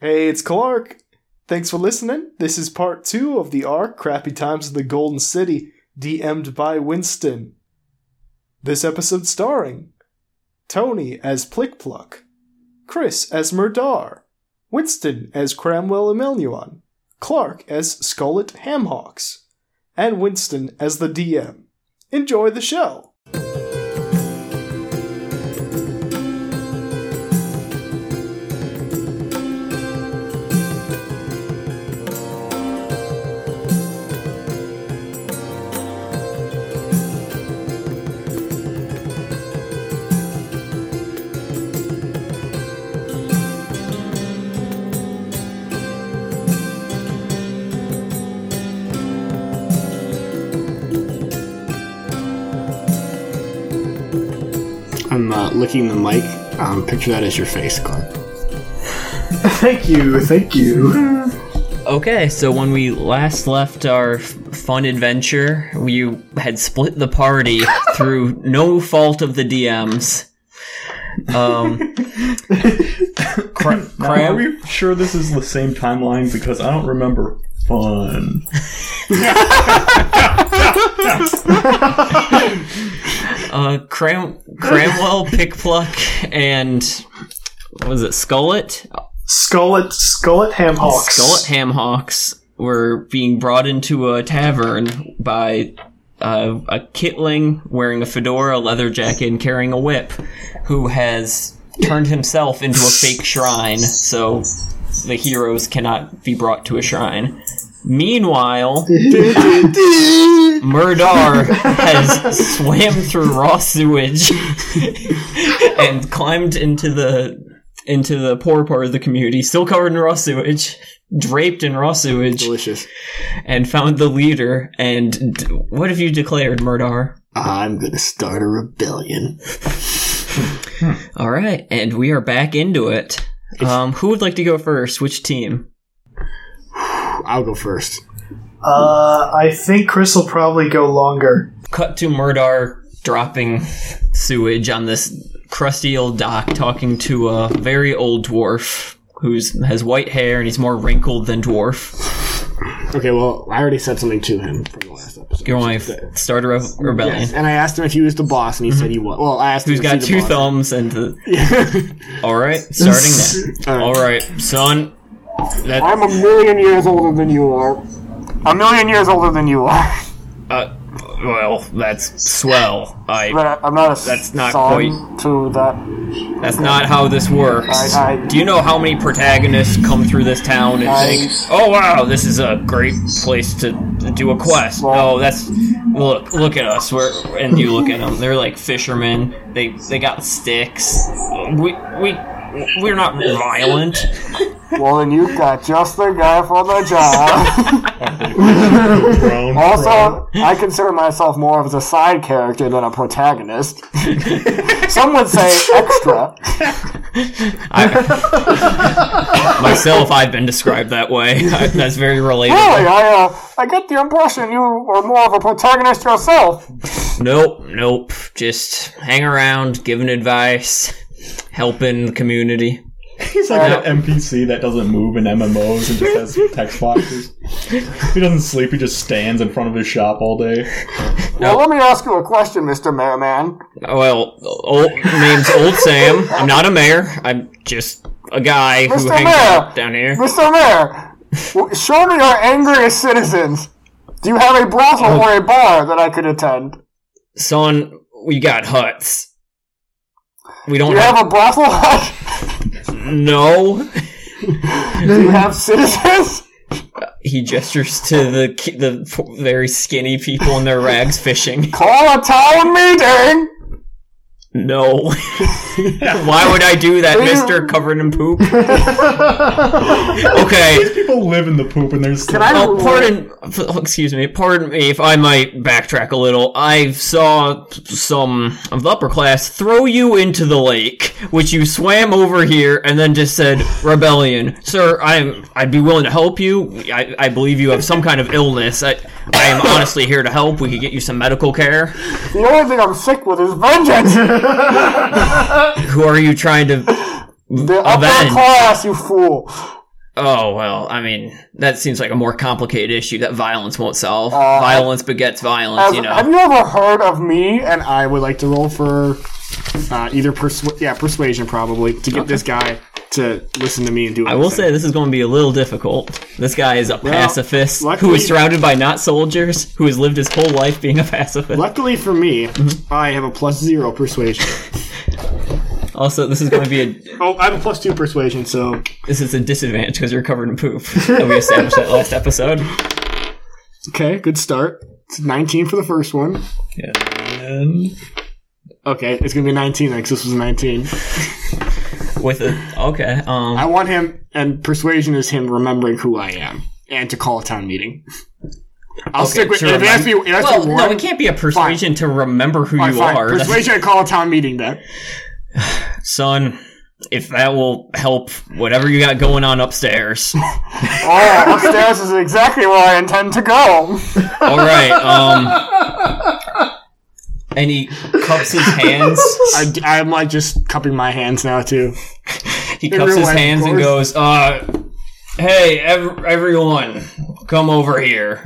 Hey, it's Clark. Thanks for listening. This is part two of the arc Crappy Times in the Golden City, DM'd by Winston. This episode starring Tony as Plick Pluck, Chris as Murdar, Winston as Cramwell Emelion, Clark as Scarlet Hamhawks, and Winston as the DM. Enjoy the show! I'm uh, licking the mic. Um, picture that as your face, Clark. Thank you, thank you. Okay, so when we last left our f- fun adventure, we had split the party through no fault of the DMs. Um, Cra- Now, are Cram- we sure this is the same timeline? Because I don't remember fun. uh, Cram, Cramwell, Pickpluck, and what was it, Skullet? Skullet, Skullet Hamhawks. Skullet Hamhawks were being brought into a tavern by uh, a kitling wearing a fedora, a leather jacket, and carrying a whip, who has turned himself into a fake shrine, so the heroes cannot be brought to a shrine. Meanwhile, Murdar has swam through raw sewage and climbed into the into the poor part of the community, still covered in raw sewage, draped in raw sewage, Delicious. and found the leader. And d- what have you declared, Murdar? Uh, I'm gonna start a rebellion. All right, and we are back into it. Um, who would like to go first? Which team? I'll go first. Uh, I think Chris will probably go longer. Cut to Murdar dropping sewage on this crusty old dock, talking to a very old dwarf who's has white hair and he's more wrinkled than dwarf. Okay, well, I already said something to him from the last episode. You want to start a rev- rebellion? Yes, and I asked him if he was the boss, and he said he was. Well, I asked Who's him if got he two was the boss. thumbs and the Yeah. All right, starting now. All right, son. That I'm a million years older than you are. A million years older than you are. uh, well, that's swell. I But I'm not a That's not son to that. that's not how this works. I- I- Do you know how many protagonists come through this town and think, "Oh wow, this is a great place to do a quest." No, that's look, look at us. We're and you look at them. They're like fishermen. They they got sticks. We we we're not violent. Well, then you got just the guy for the job. Grown, Also, I consider myself more of a side character than a protagonist. Some would say extra. I, myself, I've been described that way. I, that's very relatable. Really, I, uh, I get the impression you are more of a protagonist yourself. Nope, nope. Just hang around, giving advice, helping the community. He's like an NPC that doesn't move in MMOs and just has text boxes. He doesn't sleep. He just stands in front of his shop all day. Now, let me ask you a question, Mr. Mayor Man. Well, old, name's Old Sam. I'm not a mayor. I'm just a guy who Mr. hangs Mayor. out down here. Mr. Mayor, w- show me your angriest citizens. Do you have a brothel or a bar that I could attend? Son, we got huts. We don't Do you have, have a brothel? no. Do you have citizens? He gestures to the ki- the very skinny people in their rags fishing. Call a town meeting! No. Why would I do that, mister? Covered in poop? okay. People live in the poop and there's. Can I Oh, pardon. f- Excuse me. Pardon me if I might backtrack a little. I saw some of the upper class throw you into the lake, which you swam over here, and then just said rebellion, sir. I'm. I'd be willing to help you. I, I believe you have some kind of illness. I. I am honestly here to help. We could get you some medical care. The only thing I'm sick with is vengeance! Who are you trying to? The upper Avenge. class, you fool! Oh well, I mean, that seems like a more complicated issue that violence won't solve. Uh, violence begets violence, Have, you know. have you ever heard of me? And I would like to roll for uh, either persu- yeah persuasion probably to get this guy to listen to me and do. What I I'm will saying. say this is going to be a little difficult. This guy is a pacifist who luckily- is surrounded by not soldiers, who has lived his whole life being a pacifist. Luckily for me, Mm-hmm. I have a plus zero persuasion. Also, this is going to be a Oh, I have a plus two persuasion, so this is a disadvantage because you're covered in poop. And we established that last episode. okay, good start. It's nineteen for the first one. And Okay, it's gonna be nineteen because this was nineteen. With a okay, um, I want him, and persuasion is him remembering who I am and to call a town meeting. I'll stick with. to It has to be. It has well, to be one. no, it can't be a persuasion to remember who All right, you fine. are. That's- Persuasion and call a town meeting then. son. If that will help whatever you got going on upstairs. Oh, upstairs is exactly where I intend to go. All right. Um, and he cups his hands. I, I'm like just cupping my hands now too. He cups real his life, of hands and course. goes, uh, "Hey, ev- everyone, come over here."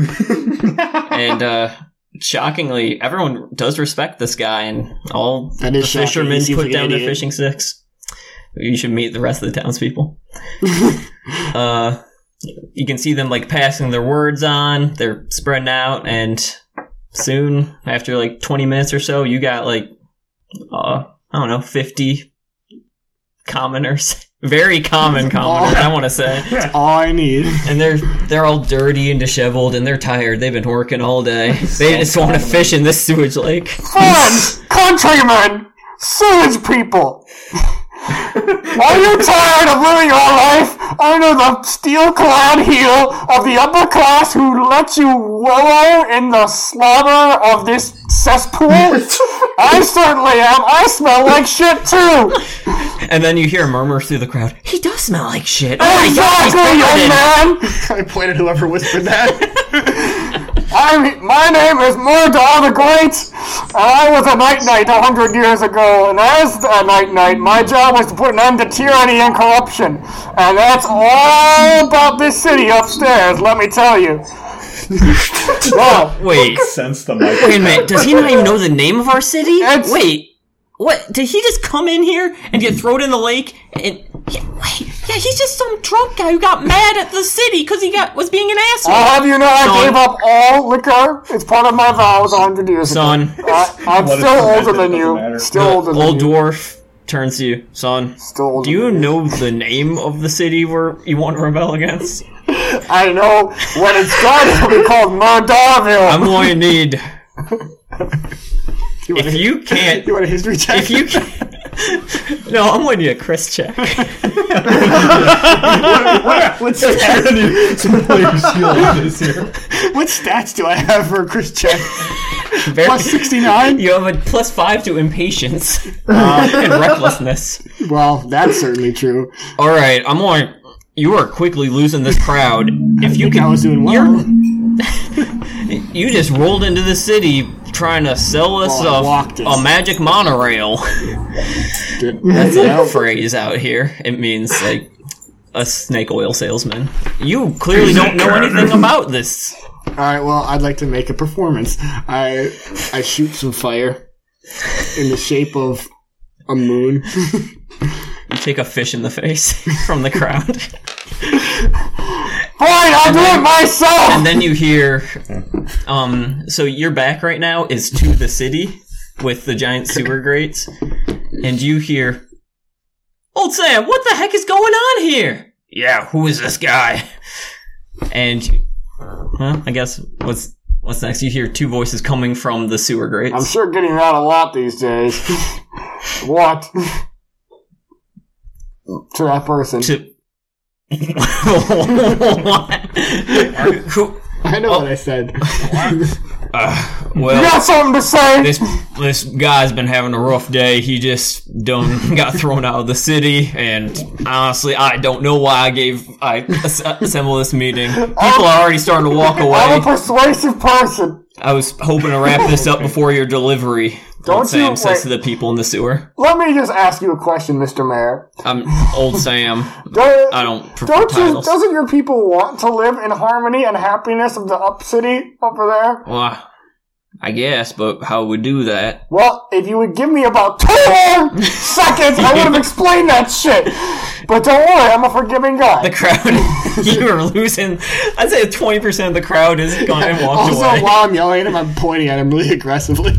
and uh, shockingly, everyone does respect this guy, and all That the is shocking. He fishermen seems put like an down their idiot. fishing sticks. You should meet the rest of the townspeople. uh, you can see them like passing their words on. They're spreading out, and soon, after like twenty minutes or so, you got like uh, I don't know, fifty commoners, very common commoners. I want to say, All I need. and they're they're all dirty and disheveled, and they're tired. They've been working all day. They just want to fish in this sewage lake. Friends, countrymen, sewage people. Are you tired of living your life under the steel-clad heel of the upper class who let you wallow in the slaughter of this cesspool? I certainly am. I smell like shit too. And then you hear murmurs through the crowd. He does smell like shit. Oh my God, he's Exactly, young burning." man. I pointed whoever whispered that. I'm, my name is Mordor the Great, and I was a Night Knight a hundred years ago, and as a Night Knight, my job was to put an end to tyranny and corruption, and that's all about this city upstairs, let me tell you. wow. Wait, sense the wait a mic. minute. Does he not even know the name of our city? That's- Wait. What? Did he just come in here and get thrown in the lake? And yeah, wait, yeah, he's just some drunk guy who got mad at the city because he got was being an asshole. I'll have you know I Son. gave up all liquor. It's part of my vows a hundred years ago. Son, I, I'm What is still permitted, older than doesn't you. matter. Still older than old you. dwarf turns to you, son. Still older Do than you know the name of the city where you want to rebel against? I know when it's done, it'll be called Murdarville. I'm going to need. If you can't want a history check? If you can- no, I'm going to need a Chris check. What's the Some players feel like this here. What stats do I have for a Chris check? Very- Plus 69? you have a plus five to impatience and recklessness. Well, that's certainly true. All right, I'm going. You are quickly losing this crowd. If you I can, was doing well. you just rolled into the city trying to sell us Well, I walked a, it. a magic monorail. That's That phrase out here. It means like a snake oil salesman. You clearly don't know anything about this. Alright, well, I'd like to make a performance. I I shoot some fire in the shape of a moon. You take a fish in the face from the crowd. Fine, I'll do it myself! and then you hear um so your back right now is to the city with the giant sewer grates and you hear old sam what the heck is going on here yeah who is this guy and well i guess what's what's next you hear two voices coming from the sewer grates I'm sure getting that a lot these days. what? to that person. to Who- I know what I said. well You got something to say? this this guy's been having a rough day. He just done got thrown out of the city, and honestly, I don't know why I gave I ass- assembled this meeting. People are already starting to walk I'm away. a persuasive person. I was hoping to wrap this up before your delivery. What Don't you Sam says wait, to the people in the sewer. Let me just ask you a question, Mr. Mayor. I'm old Sam. Don't, I don't prefer don't you, titles. doesn't your people want to live in harmony and happiness of the up city over there? Well, I guess, but how would we do that? Well, if you would give me about two more seconds, I would have explained that shit. But don't worry, I'm a forgiving guy. The crowd, you are losing. I'd say twenty percent of the crowd is gone and walked Also, away. while I'm yelling at him, I'm pointing at him really aggressively.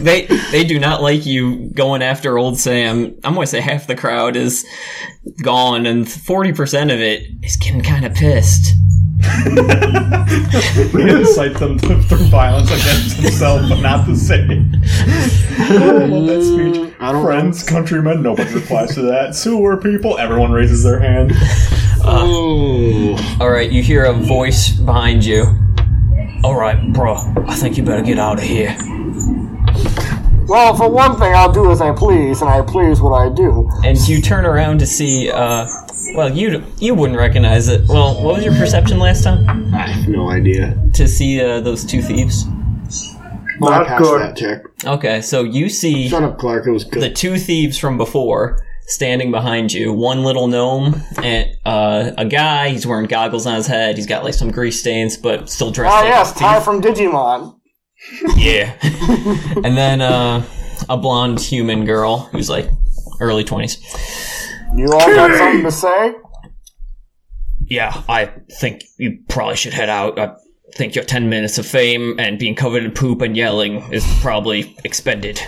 They they do not like you going after old Sam. I'm gonna say half the crowd is gone, and forty percent of it is getting kind of pissed. We incite them to, through violence against themselves, but not the city. I love that speech. I don't Friends, countrymen, nobody replies to that. Sewer people, everyone raises their hand. All right, you hear a voice behind you. All right, bro, I think you better get out of here. Well, for one thing, I'll do as I please, and I please what I do. And you turn around to see. Uh, well, you you wouldn't recognize it. Well, what was your perception last time I have no idea. to see uh, those two thieves? Well, I Not passed good. that check. Okay, so you see Shut up, Clark. It was good. the two thieves from before standing behind you. One little gnome and uh, a guy. He's wearing goggles on his head. He's got like some grease stains, but still dressed. Ah, like yes, a thief. Ty from Digimon. Yeah. and then uh, a blonde human girl who's like early 20s. You all got something to say? Yeah, I think you probably should head out. I think your 10 minutes of fame and being covered in poop and yelling is probably expended.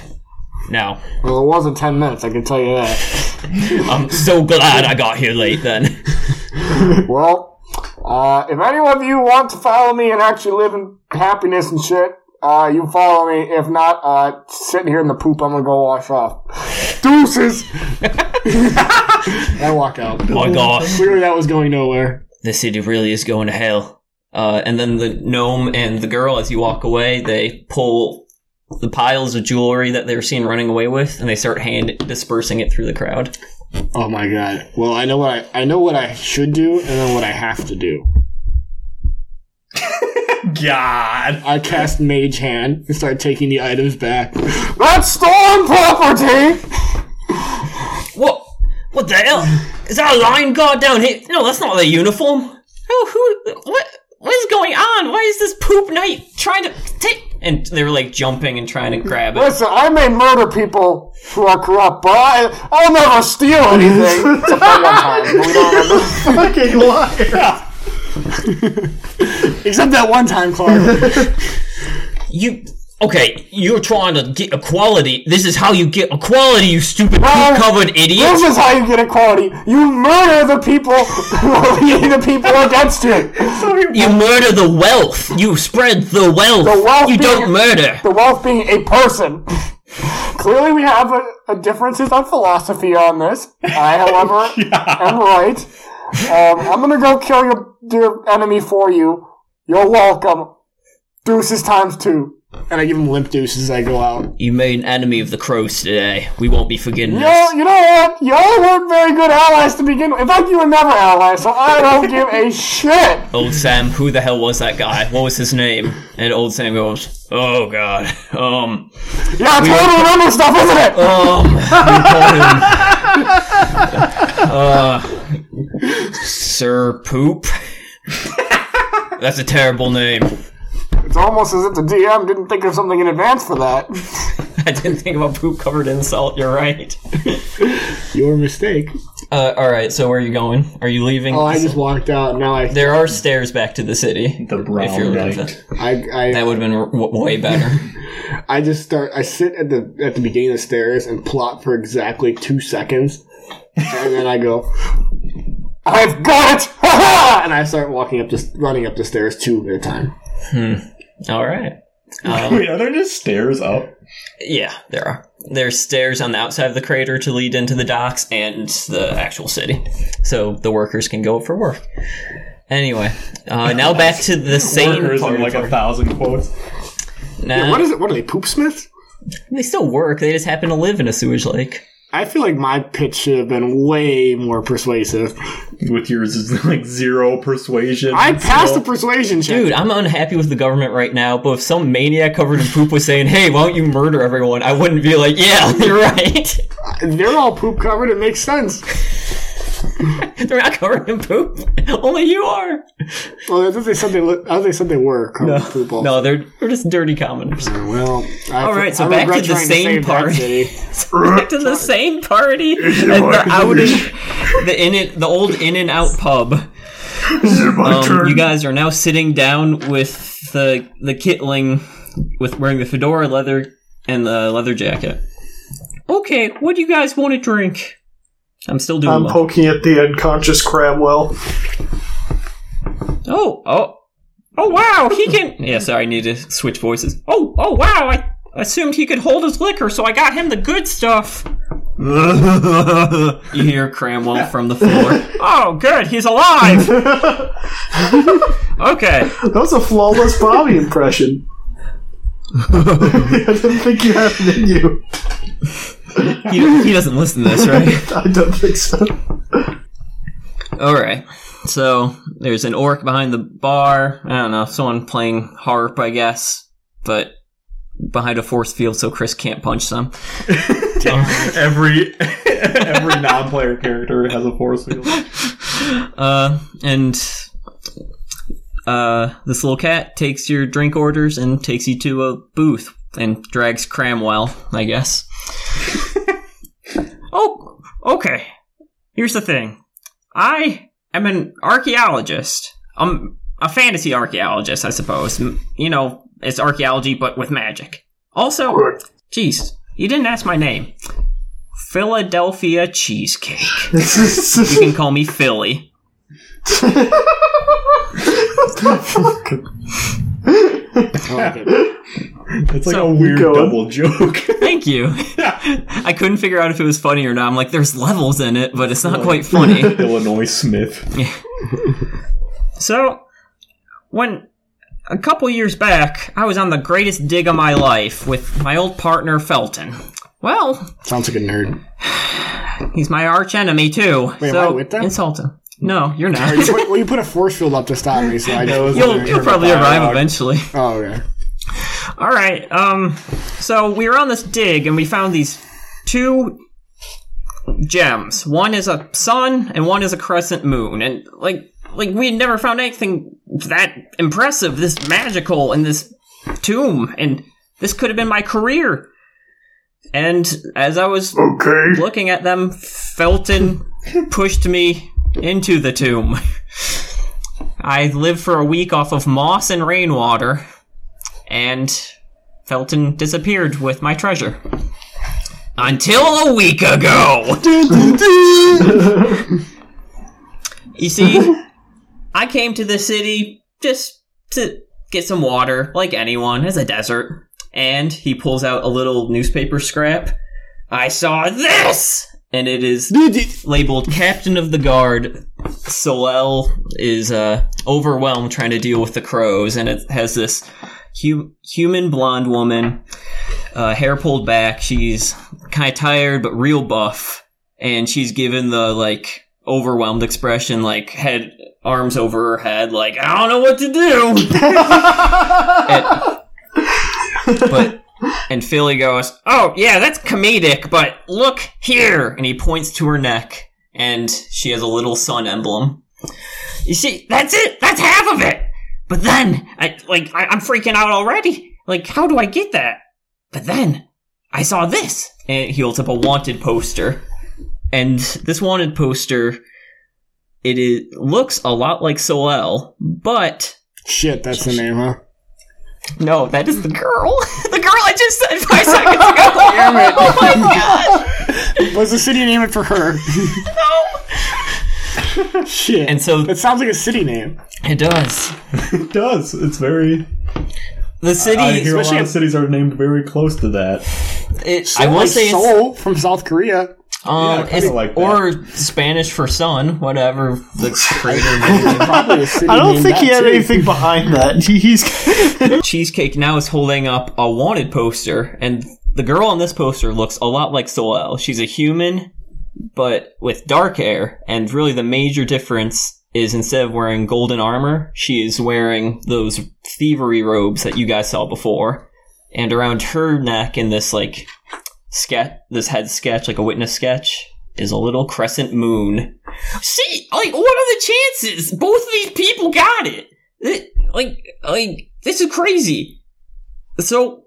Now, Well, it wasn't 10 minutes, I can tell you that. I'm so glad I got here late then. Well, uh, if any of you want to follow me and actually live in happiness and shit, uh, you follow me. If not, uh, sitting here in the poop, I'm gonna go wash off. Deuces! I walk out. Oh, My gosh. Clearly, that was going nowhere. the city really is going to hell. Uh, and then the gnome and the girl, as you walk away, they pull the piles of jewelry that they were seen running away with, and they start hand dispersing it through the crowd. Oh my god. Well, I know what I, I know what I should do, and then what I have to do. God. I cast Mage Hand and start taking the items back. That's stolen property! What? What the hell? Is that a lion guard down here? No, that's not their uniform. Who? Who? What? What is going on? Why is this poop knight trying to take? And they were like jumping and trying to grab it. Listen, I may murder people who are corrupt, but I, I'll never steal anything. Except for one time, but we don't remember. Fucking liar! Except that one time, Clark. You okay? You're trying to get equality. This is how you get equality, you stupid Well, poop-covered idiot. This is how you get equality. You murder the people who are leading the people against you. You murder the wealth. You spread the wealth. The wealth you being- don't murder. The wealth being a person. Clearly, we have a, a differences on philosophy on this. I, however, am right. Um, I'm gonna go kill your, your enemy for you. You're welcome. Deuces times two. and I give him limp deuces as I go out. You made an enemy of the crows today. We won't be forgetting Yo, this. you know what? Y'all weren't very good allies to begin with. In fact, you were never allies, so I don't give a shit. Old Sam, who the hell was that guy? What was his name? And old Sam goes, "Oh God, um, Yeah, it's hard to remember stuff, isn't it? Uh. um." we call him, uh, Sir Poop. That's a terrible name. It's almost as if the DM didn't think of something in advance for that. I didn't think about poop covered insult. You're right. Your mistake. Uh, all right, so where are you going? Are you leaving? Oh, I just walked out. Now I, There are stairs back to the city. The brown if you're knight. relevant. I, That I, would have been w- way better. I just start. I sit at the at the beginning of the stairs and plot for exactly two seconds, and then I go I've got it! Ha and I start walking up, just running up the stairs two at a time. All right. Wait, are Oh, there just stairs up? Yeah, there are. There's stairs on the outside of the crater to lead into the docks and the actual city, so the workers can go for work. Anyway, uh, now back to the same Workers part. in like a thousand quotes. Nah, What is it? What are they, poop smiths? they still work. They just happen to live in a sewage lake. I feel like my pitch should have been way more persuasive. With yours is like zero persuasion. I passed the So- persuasion check. Dude, I'm unhappy with the government right now, but if some maniac covered in poop was saying, hey, why don't you murder everyone? I wouldn't be like, yeah, you're right. They're all poop covered. It makes sense. They're not covered in poop. Only you are. Well, I thought they said they, li- I thought they, said they were covered in poop. all- No, they're, they're just dirty commoners. Well, I, All right, so I back regret to the trying same save that party. city. Back to the same party as the outing, the in it, the old in and out pub. Um, you guys are now sitting down with the the Kitling, with wearing the fedora, leather, and the leather jacket. Okay, what do you guys want to drink? I'm still doing. I'm one. poking at the unconscious Crabwell. oh, oh, oh! Wow, he can. Yeah, sorry, I need to switch voices. Oh, oh, wow! I assumed he could hold his liquor, so I got him the good stuff. you hear Cramwell from the floor. oh, good, he's alive. okay. That was a flawless Bobby impression. I didn't think you had it in you. he, he doesn't listen to this, right? I don't think so. All right. So there's an orc behind the bar. I don't know, someone playing harp, I guess, but behind a force field, so Chris can't punch them. every every non-player character has a force field. Uh, and uh, this little cat takes your drink orders and takes you to a booth and drags Cramwell, I guess. oh, okay. Here's the thing. I am an archaeologist. I'm a fantasy archaeologist, I suppose. M- You know, it's archaeology but with magic. Also, jeez, you didn't ask my name. Philadelphia cheesecake. You can call me Philly. I like it. It's like So- a weird Go on. double joke. Thank you. I couldn't figure out if it was funny or not. I'm like, there's levels in it, but it's not quite funny. Illinois Smith. so, when a couple years back, I was on the greatest dig of my life with my old partner Felton. Well, Sounds like a nerd. he's my arch enemy too. Wait, am so I with them? insult him. No, you're not. You put- well, you put a force field up to stop me, so I just. you'll you'll probably arrive eventually. Oh, okay. All right. Um. So we were on this dig and we found these two gems. One is a sun and one is a crescent moon. And like, like we had never found anything that impressive, this magical, in this tomb. And this could have been my career. And as I was Okay. looking at them, Felton pushed me into the tomb. I lived for a week off of moss and rainwater, and Felton disappeared with my treasure. Until a week ago! you see, I came to the city just to get some water, like anyone. It's a desert. And he pulls out a little newspaper scrap I saw this, and it is labeled Captain of the Guard. Solel is uh, overwhelmed trying to deal with the crows, and it has this hu- human blonde woman, uh, hair pulled back. She's kind of tired but real buff, and she's given the like overwhelmed expression, like head arms over her head, like I don't know what to do. And- but and Philly goes, Oh, yeah, that's comedic, but look here! And he points to her neck, and she has a little sun emblem. You see, that's it! That's half of it! But then, I, like, I, I'm freaking out already! Like, how do I get that? But then, I saw this! And he holds up a wanted poster. And this wanted poster, it is, looks a lot like Solel, but Shit, that's the name, huh? no, that is the girl. The girl I just said five seconds ago. Oh my god. Was the city name it for her? Shit. And so it sounds like a city name. it does. It does. It's very. The city. I I, hear a lot especially- of cities are named very close to that. it, I want to say it's, Seoul from South Korea. um, kinda it's- like that. or Spanish for sun, whatever the creator. Probably a city I don't named think that, he had too. anything behind that. He- He's Cheesecake now is holding up a wanted poster, and The girl on this poster looks a lot like Solel. She's a human, but with dark hair, and really the major difference is instead of wearing golden armor, she is wearing those thievery robes that you guys saw before. And around her neck in this like sketch this head sketch, like a witness sketch, is a little crescent moon. See, like what are the chances? Both of these people got it. Th- Like like this is crazy. So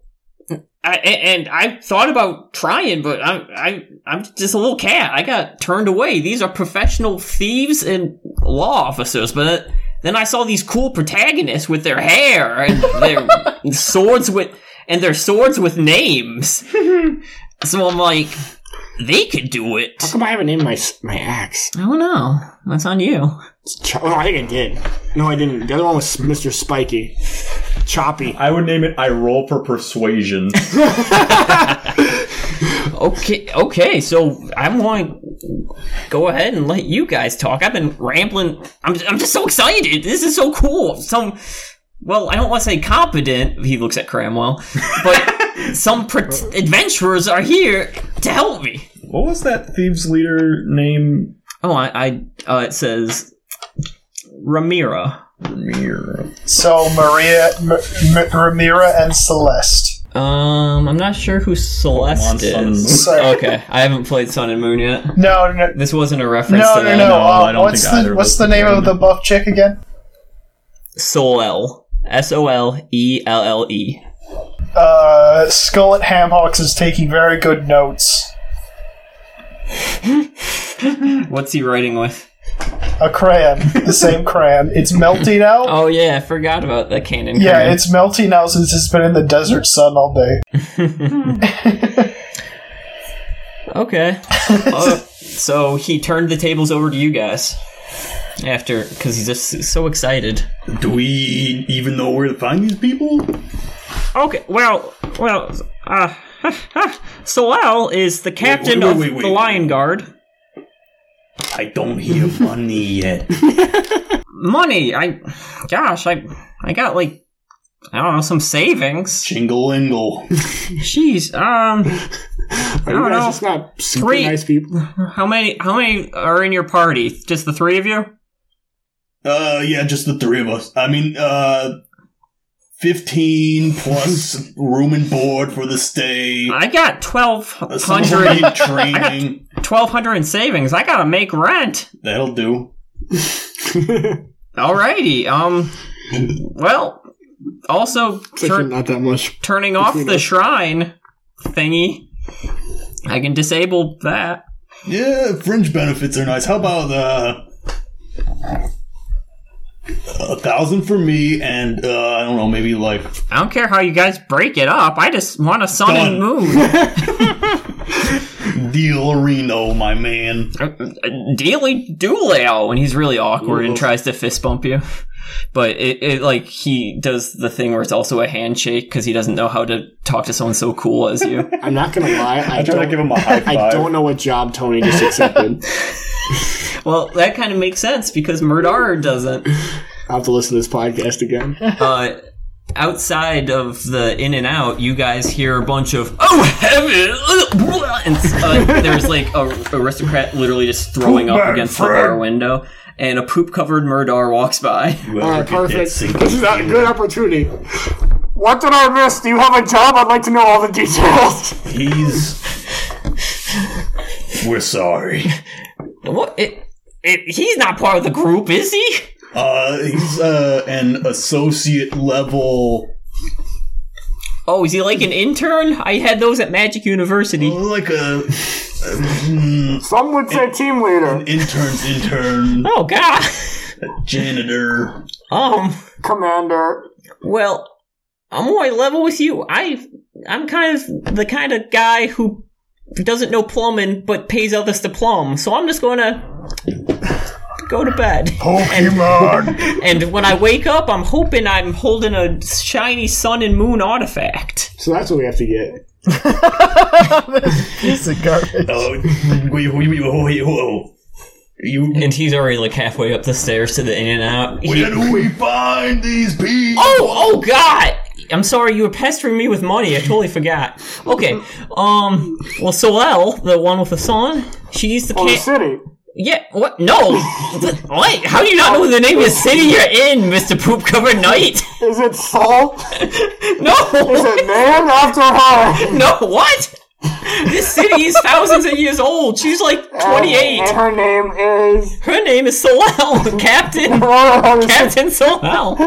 I, a- and I thought about trying, but I'm I, I'm just a little cat. I got turned away. These are professional thieves and law officers, but then I saw these cool protagonists with their hair and their swords with and their swords with names. so I'm like, they could do it. How come I haven't named my s- my axe? I don't know. That's on you. Ch- oh, I think I did. No, I didn't. The other one was Mr. Spiky, Choppy. I would name it I Roll for Persuasion. Okay, okay. So I'm going to go ahead and let you guys talk. I've been rambling. I'm I'm just so excited. This is so cool. Some, well, I don't want to say competent. He looks at Cramwell, but some pr- adventurers are here to help me. what was that thieves leader name? Oh, I, I uh, it says Ramira. Ramiro. So Maria, M- M- Ramira, and Celeste. Um, I'm not sure who Celeste Pokemon Sun and is. Moon. Okay, I haven't played Sun and Moon yet. No, no, This wasn't a no, reference to no, no. that. no. I Uh, don't what's think either the of what's us the name were. of the buff chick again? Solel. S O L E L L E. Uh, Skullet Hamhawks is taking very good notes. What's he writing with? A crayon, the same crayon. It's melty now. Oh yeah, I forgot about the cannon. yeah, cannon. it's melty now since it's been in the desert sun all day. okay. Oh, so he turned the tables over to you guys after because he's just so excited. Do we even know where to find these people? Okay, well, well, uh, Solel is the captain wait, wait, wait, of wait. the Lion Guard. I don't hear money yet. Money, I, gosh, I, I got like, I don't know, some savings. Jingle ingle. Jeez, um, Are you I guys don't know. just not super Three- nice people? how many, how many are in your party? Just the three of you? Uh, yeah, just the three of us. I mean, uh, fifteen plus room and board for the stay. I got twelve Some of them hundred need training. twelve hundred in savings. I gotta make rent. That'll do. Alrighty. Um. Well, also It's tur- actually not that much. turning off the shrine thingy. I can disable that. Yeah, fringe benefits are nice. How about uh, a thousand for me, and uh, I don't know, maybe like I don't care how you guys break it up. I just want a sun and Done. moon. deal Reno, my man. Dealy dooleo when he's really awkward and tries to fist bump you. But it, it like he does the thing where it's also a handshake because he doesn't know how to talk to someone so cool as you. I'm not gonna lie. I, I try to don't, give him a high five. I don't know what job Tony just accepted. Well, that kind of makes sense because Murdar doesn't. I'll have to listen to this podcast again. Uh, outside of the in and out, you guys hear a bunch of "Oh heaven!" uh, and uh, there's like a aristocrat literally just throwing up against the bar window, and a poop-covered Murdar walks by. You ever All right, get that perfect. single This is a good opportunity. What did I miss? Do you have a job? I'd like to know all the details. He's. We're sorry. What? It, it, he's not part of the group, is he? Uh, he's uh, an associate level, Oh, is he like an intern? I had those at Magic University. like a, mm, Some would say team leader. intern's intern, Oh God. janitor. Um. Commander. Well, I'm on my level with you. I I'm kind of the kind of guy who doesn't know plumbing but pays others to plumb. So I'm just gonna go to bed. Pokemon. And when I wake up, I'm hoping I'm holding a shiny sun and moon artifact. So that's what we have to get. Piece of garbage. Oh, wait, wait, wait, whoa, wait, whoa. You, And he's already like halfway up the stairs to the in and out. where do we find these people? oh, oh God! I'm sorry, you were pestering me with money. I totally forgot. Okay. Um. Well, Solel, the one with the song, she's the Oh, the cat. city. Yeah. What? No. what? How do you not know the name of the city you're in, Mister Poop Covered Knight? Is it Saul? Is no. it named after her? no. What? This city is thousands of years old. She's like 28. And her name is. oh, Her name is Solel, Captain. I don't know how to say Captain Solel.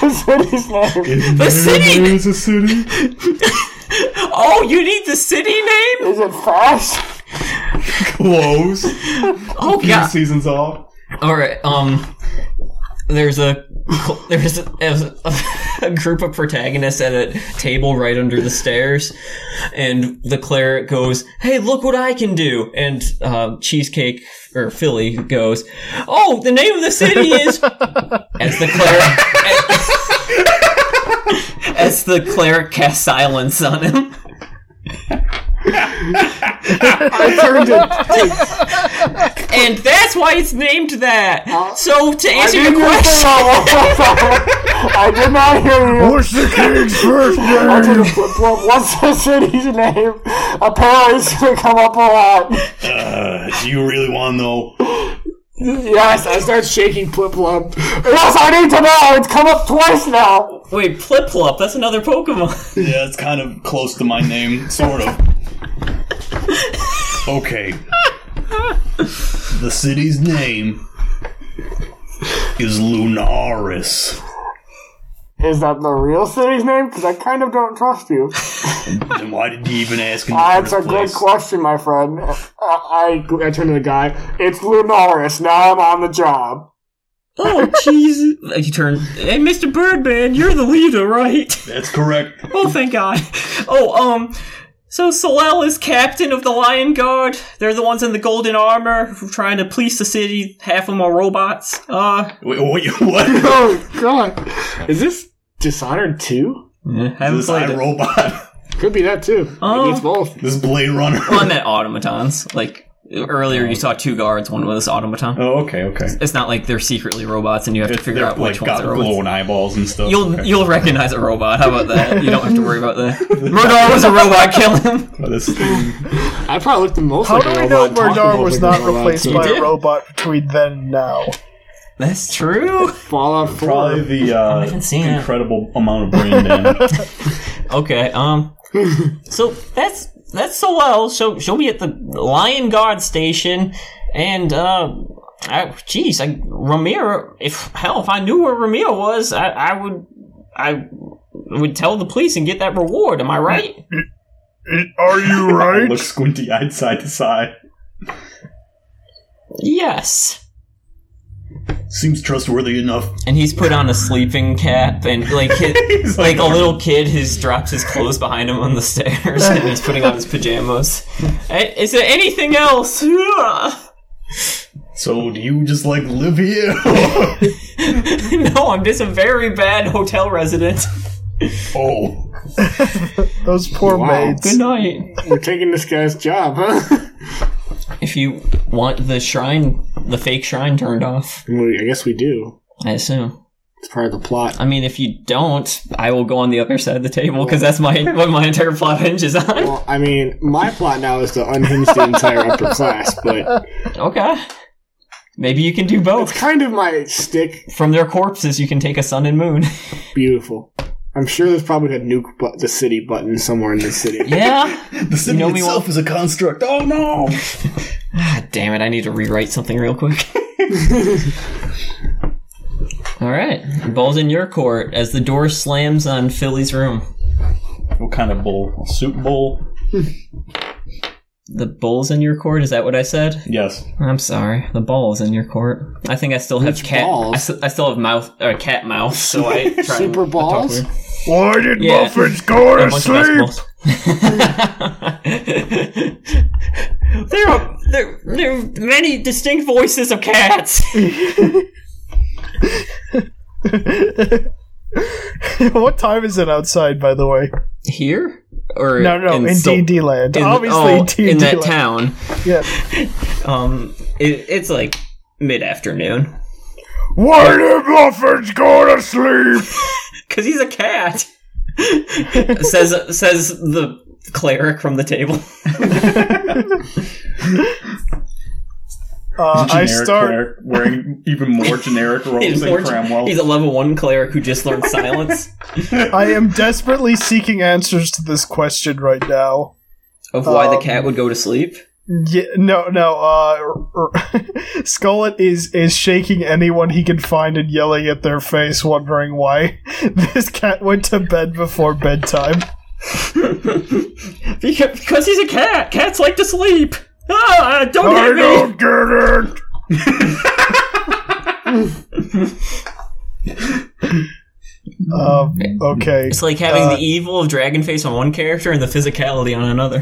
the city's name. The city. a city. Oh, you need the city name? Is it fast? Close. Oh god. seasons off. All right. Um, there's a there's a, there's a, a group of protagonists at a table right under the stairs, and the cleric goes, "Hey, look what I can do!" And uh, cheesecake or Philly goes, "Oh, the name of the city is." as the cleric, as the cleric casts silence on him. I turned it. And that's why it's named that. so to answer your question, I did not hear you. What's the king's first Uh, name? Well, what's the city's name? Apparently, it's gonna come up a lot. Uh, do you really want to know? Yes, I start shaking Plip Plop. Yes, I need to know. It's come up twice now. wait, Pliplop, that's another Pokemon. Yeah, it's kind of close to my name, sort of. Okay. The city's name is Lunaris. Is that the real city's name? Because I kind of don't trust you. Then why did you even ask in the That's a first good place? question, my friend. Uh, I I turned to the guy. it's Lunaris. Now I'm on the job. Oh, jeez. He turned. Hey, Mr. Birdman, you're the leader, right? That's correct. Oh, thank God. Oh, um. So Solel is captain of the Lion Guard. They're the ones in the golden armor who are trying to police the city. Half of them are robots. Uh, Wait, wait, what? Oh god, is this Dishonored two? haven't This played it. iRobot. Could be that too. Oh. Maybe it's both. This Blade Runner. Well, I meant automatons. Like earlier, you saw two guards. One was automaton. Oh, okay, okay. It's not like they're secretly robots, and you have to figure They're out which like ones got are robots. glowing eyeballs and stuff. You'll Okay. you'll recognize a robot. How about that? You don't have to worry about that. Murdar was a robot. Kill him. Oh, this thing. I probably looked the most. How like do a we know robot and talked Murdar most was like not a robot, replaced too. by did. a robot between then and now? That's true. Fallout Four? Probably the uh, haven't seen it. incredible amount of brain damage. Okay. Um. So that's that's so well. So she'll be at the Lion Guard station, and uh, I, jeez, I Ramira. If hell, if I knew where Ramira was, I, I would, I would tell the police and get that reward. Am I right? Are you right? Look squinty eyed side to side. Yes. Seems trustworthy enough. And he's put on a sleeping cap and like his, He's like a little kid has drops his clothes behind him on the stairs and he's putting on his pajamas. Eh, Is there anything else? So do you just like live here? no, I'm just a very bad hotel resident. oh, Those poor maids. Good night. We're taking this guy's job, huh? If you want the shrine, the fake shrine turned off, We- I guess we do. I assume. It's part of the plot. I mean, if you don't, I will go on the other side of the table because that's my what my entire plot hinges on. Well, I mean, my plot now is to unhinge the entire upper class, but Okay. Maybe you can do it's both. kind of my stick. From their corpses, you can take a sun and moon. Beautiful. I'm sure there's probably a nuke but the city button somewhere in the city. yeah. the city know me itself is a construct. Oh no! Ah, damn it! I need to rewrite something real quick. All right, balls in your court as the door slams on Philly's room. What kind of bowl? A soup bowl? The ball's in your court. Is that what I said? Yes. I'm sorry. The ball's in your court. I think I still have cat. balls? I, s- I still have mouth or cat mouth. So I try Super and talk balls? weird. Why did Yeah. Muffins go to A bunch of sleep? basketballs. there are there there are many distinct voices of cats. what time is it outside, by the way? Here or No, no, in, Sil- D&D land. in the- Obviously, oh, D&D in that town. land. Yeah. Um, it, it's like mid afternoon Why did Muffins go to sleep? because he's a cat. says says the cleric from the table. Uh, I Generic start. cleric wearing even more generic robes He's, than orange- Cramwell. he's a level one cleric who just learned silence. I am desperately seeking answers to this question right now. Of why the Um, cat would go to sleep. Yeah, no, no. Uh, r- r- Skullet is is shaking anyone he can find and yelling at their face, wondering why this cat went to bed before bedtime. Because, because he's a cat. Cats like to sleep. Ah, don't I hit me. don't get it. Um, okay. It's like having the evil of Dragonface on one character and the physicality on another.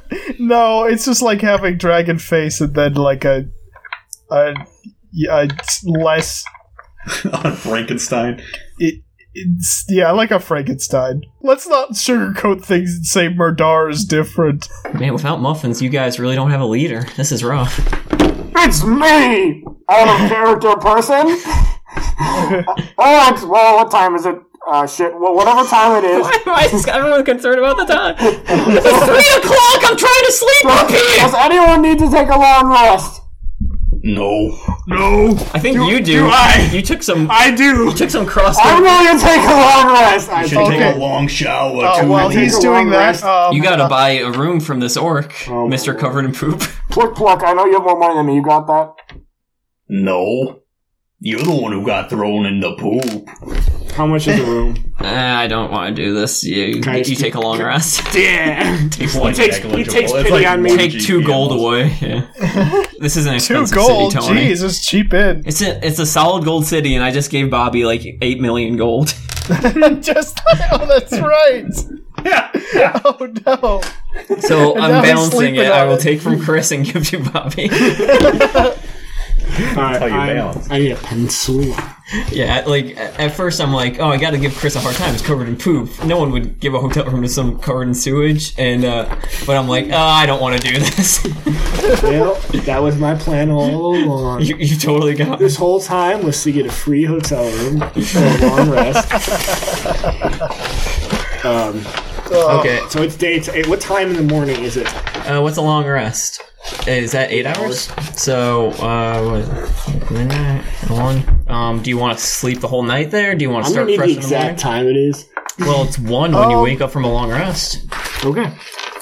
no, it's just like having dragon face and then like a a, a less on Frankenstein. it's, yeah, like a Frankenstein. Let's not sugarcoat things and say Murdar is different. Man, without muffins, you guys really don't have a leader. This is rough. It's me, out of character person. oh, it's, well, what time is it? Uh, shit. Well, whatever time it is. Why is everyone concerned about the time? It's three o'clock. I'm trying to sleep up Does here. anyone need to take a long rest? No. No, I think you do. I? You took some. I do. you took some cross. I'm going to take a long rest. I You should told Okay. take a long shower. Uh, too. while he's take Oh, a doing long that, rest. um, You gotta buy a room from this orc, Oh my Mister lord. Covered in Poop. Pluck, pluck. I know you have more money than me. You got that? no. You're the one who got thrown in the poop. How much is the room? Eh, I don't want to do this. You, I you just- take a long rest. Yeah. Takes like- takes- he negligible. takes It's pity on me. one take two GP gold almost. away. Yeah. this is an two expensive gold. city, Tony. Jeez, it's cheap in. It's a it's a solid gold city, and I just gave Bobby like eight million gold. Just oh, that's right. oh no. So I'm now he's balancing sleeping it. I on will it. take from Chris and give to Bobby. All right, how you I- balance. I need a pencil. yeah, at- like at at first I'm like, oh, I got to give Chris a hard time. He's covered in poop. No one would give a hotel room to some covered in sewage. And uh, but I'm like, uh, I don't want to do this. Well, that was my plan all along. you, you totally got. This whole time was to get a free hotel room for a long rest. Um, Okay. so it's day. T- eh, what time in the morning is it? Uh, what's a long rest? Is that eight hours? So, uh, what, midnight, one. Um, do you want to sleep the whole night there? Do you want to I'm gonna start need fresh the in the morning? exact time it is. Well, it's one when you wake up from a long rest. Okay,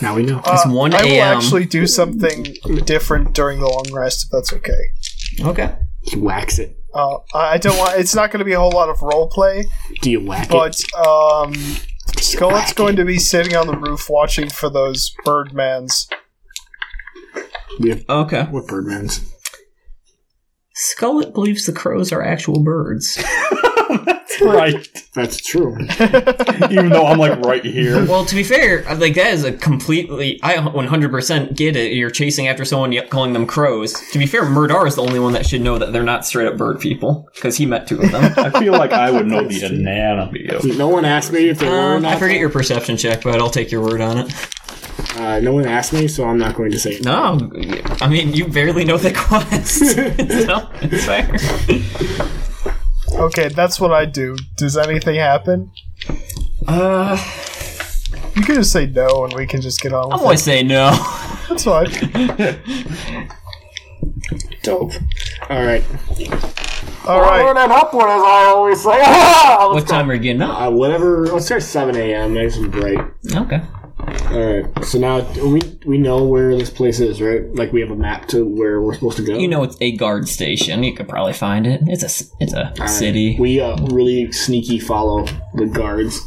now we know. It's one I will a.m. actually do something different during the long rest if that's okay. Okay. Do you wax it? Uh, I I don't want. It's not going to be a whole lot of role play, Do you whack but um, it? Do you whack Skullet's it? going to be sitting on the roof watching for those birdmans. We have Okay. what birdmans? Skullet believes the crows are actual birds. Right. That's true. Even though I'm like right here. well, to be fair, like that is a completely. I 100% get it. You're chasing after someone, yet calling them crows. To be fair, Murdar is the only one that should know that they're not straight up bird people because he met two of them. I feel like I would know the anatomy of No one asked me if they were or Um, not. I forget your perception check, but I'll take your word on it. Uh, no one asked me, so I'm not going to say. it. No, I mean you barely know the quest. so, it's fair. Okay, that's what I do. Does anything happen? Uh, You can just say no, and we can just get on I'm with gonna say no. it. That's fine. Dope. All right. All right. Onward and upward, as I always say. Oh, Let's What time are you getting up? Uh, whatever. Let's start 7 a.m. Nice and bright. Okay. All right. So now we we know where this place is, right? Like we have a map to where we're supposed to go. You know it's a guard station. You could probably find it. It's a s- it's a All right. city. We uh, really sneaky follow the guards,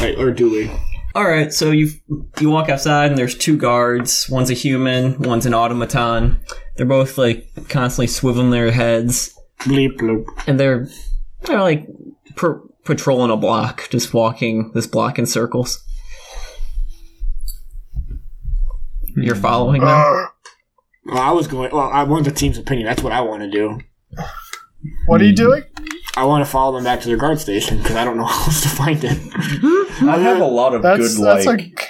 right? Or do we? All right, so you you walk outside and there's two guards. One's a human. One's an automaton. They're both like constantly swiveling their heads, Bleep bloop. and they're they're like per- patrolling a block, just walking this block in circles. You're following them. Uh, Well, I was going. Well, I want the team's opinion. That's what I want to do. What are you doing? I want to follow them back to their guard station because I don't know how else to find it. I have a lot of That's good that's like a Mm.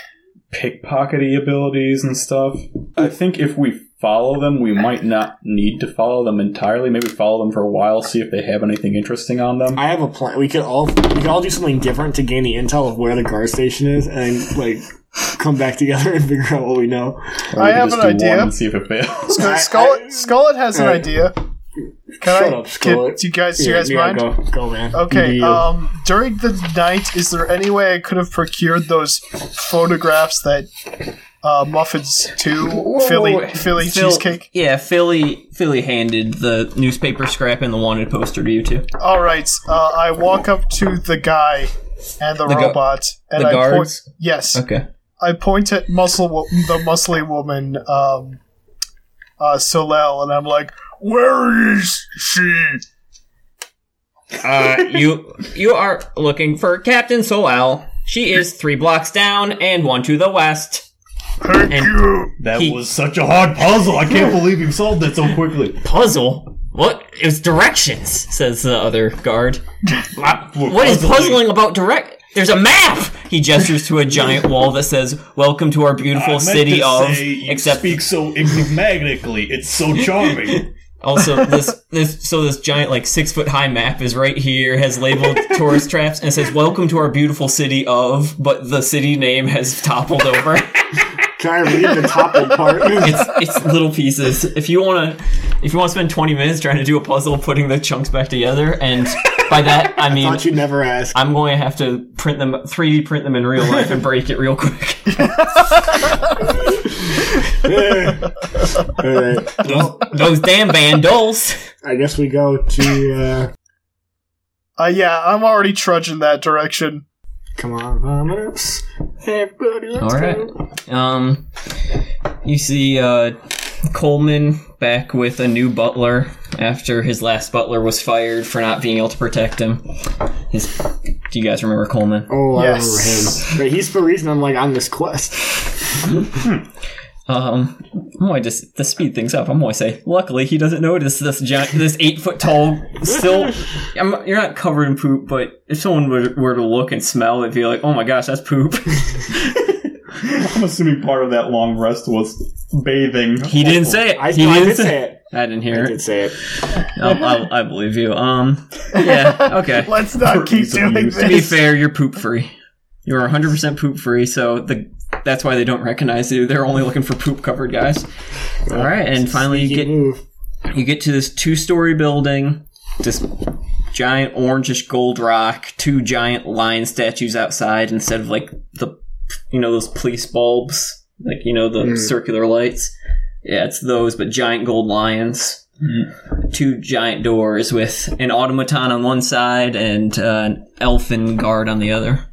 pickpockety abilities and stuff. I think if we follow them. We might not need to follow them entirely. Maybe follow them for a while, see if they have anything interesting on them. I have a plan. We could all we could all do something different to gain the intel of where the guard station is, and like come back together and figure out what we know. Or we I could have just an do idea. One and see if it fails. Sc- I- Skullet, I- Skullet has an Alright. idea. Can Shut I? up, can- Skullet. do you guys? Do you Yeah, guys yeah, mind? uh, Go, go, man. You do Okay. you. Um, during the night, is there any way I could have procured those photographs that uh, Muffins Two Philly whoa, wait. Philly Phil- cheesecake? Yeah, Philly Philly handed the newspaper scrap and the wanted poster to you two. All right. Uh, I walk up to the guy and the, The gu- robot, and the I point. guards? Uh, Yes, Okay. I point at muscle wo- the muscly woman, um, uh, Solel, and I'm like, "Where is she?" Uh, you you are looking for Captain Solal. She is three blocks down and one to the west. Thank And- you. That He- was such a hard puzzle. I can't believe you solved it so quickly. Puzzle? What is directions? Says the other guard. What is puzzling about direct? There's a map. He gestures to a giant wall that says "Welcome to our beautiful city of." you Except speak so enigmatically. It's so charming. also this this so this giant like six foot high map is right here has labeled tourist traps and it says "Welcome to our beautiful city of," but the city name has toppled over. Try to read the toppled part. it's it's little pieces. If you want to, if you want to spend twenty minutes trying to do a puzzle, putting the chunks back together, and by that I mean Thought you'd never ask. I'm going to have to print them, three D print them in real life and break it real quick. All right. those, those damn vandals. I guess we go to. Uh, Uh, yeah, I'm already trudging that direction. come on, Vomitus. Everybody, let's All right. go. Um, you see uh, Coleman back with a new butler after his last butler was fired for not being able to protect him. His, do you guys remember Coleman? Oh, I Yes. remember him. But he's for a reason I'm like on this quest. Um, I'm going to, to speed things up. I'm going to say, luckily he doesn't notice this giant, this eight foot tall. Still, I'm, you're not covered in poop, but if someone were, were to look and smell, they'd be like, "Oh my gosh, that's poop." I'm assuming part of that long rest was bathing. He didn't say it. I, he no, I didn't did say it. I didn't I hear did it. say it. Um, I, I believe you. Um, yeah, okay. Let's not keep reason doing used this. to to be fair, you're poop free. You're 100 percent poop free, so the that's why they don't recognize you. They're only looking for poop covered guys. All right, and finally you Sneaky get move. You get to this two story building, this giant orangish gold rock, two giant lion statues outside instead of like the, you know, those police bulbs, like, you know, the circular lights. Yeah, it's those, but giant gold lions. Two giant doors with an automaton on one side and uh, an elfin guard on the other.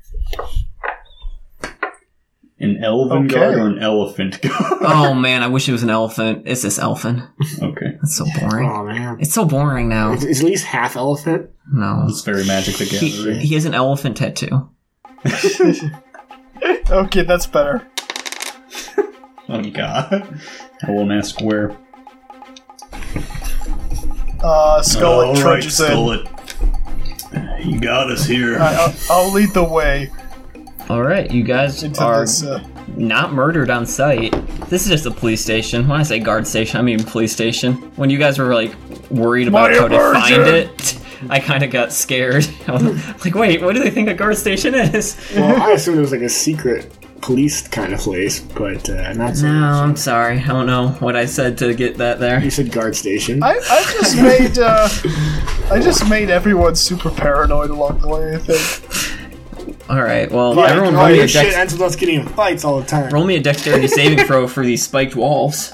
An elven Okay. guard or an elephant guard? Oh man, I wish it was an elephant. It's this elfin. Uh, okay. That's so boring. Oh man, It's so boring now. it's, it's at least half elephant. No. It's very Magic the He, Gathering. he has an elephant tattoo. Okay, that's better. Oh, God. I won't ask where. Uh, Skullet All right, trudges in. Skullet. You got us here. I, I'll, I'll lead the way All right, you guys into are this. Uh, not murdered on site. This is just a police station. When I say guard station, I mean police station. When you guys were like worried about how to find it, I kind of got scared. I was like, wait, what do they think a guard station is? Well, I assumed it was like a secret police kind of place, but uh, not so. No, I'm sorry. I don't know what I said to get that there. You said guard station. I, I just made uh, I just made everyone super paranoid along the way. I think. All right, well, Like, everyone oh, roll me, your a shit dex- ends with us getting in fights all the time. roll me a dexterity saving throw for these spiked walls.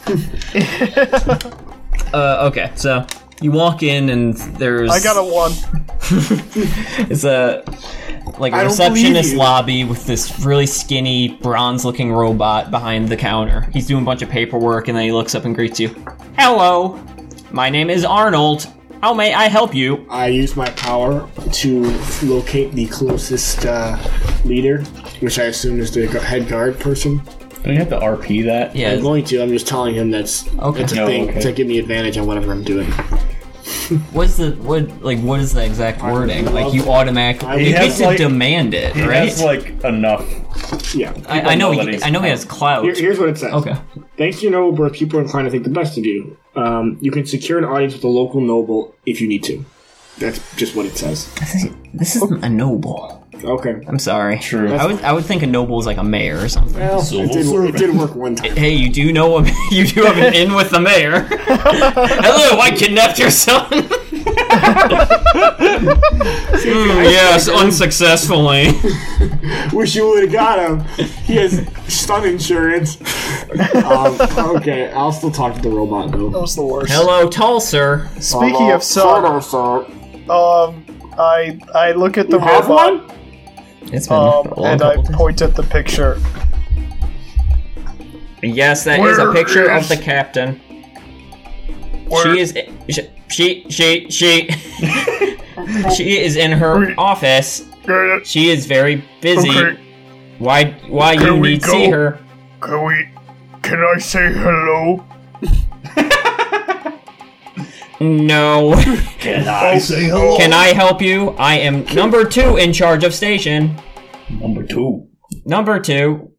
uh, okay, so you walk in and there's I got a one. It's a like a don't believe receptionist you. lobby with this really skinny bronze-looking robot behind the counter. He's doing a bunch of paperwork, and then he looks up and greets you. Hello, my name is Arnold. How may I help you? I use my power to locate the closest uh, leader, which I assume is the gu- head guard person. Do you have to RP that? Yeah, I'm going to. I'm just telling him that's Okay. that's a No, thing okay. to give me advantage on whatever I'm doing. what's the what like what is the exact wording? Like you automatically He you get has, to like- demand it, He right? has, like, enough. Yeah. I, I know know that he, he's- I know he has Here, clout. here's what it says. Okay, Thanks to your noble birth, people are inclined to think the best of you. Um, you can secure an audience with a local noble if you need to. That's just what it says. This, is, this isn't a noble. Okay. I'm sorry. True. I would I would think a noble is like a mayor or something. It Civil did, it servant. did work one time. Hey, you do know a, you do have an in with the mayor. Hello, I kidnapped your son. Hmm, yes, unsuccessfully. Wish you would have got him. He has stun insurance. um, okay, I'll still talk to the robot That though. was the worst. Hello, tall sir. Speaking of sort son, of sort. um, I I look at the You have robot one? It's been um, a long and I couple days. point at the picture. Yes, that is a picture of the captain. She is she she she she, she is in her office. Can She is very busy. Okay. Why why you Can we need see go? her? we? Can I say hello? No. Can Oh, I say hello? Can I help you? I am number 2 in charge of station. Number two. Number 2.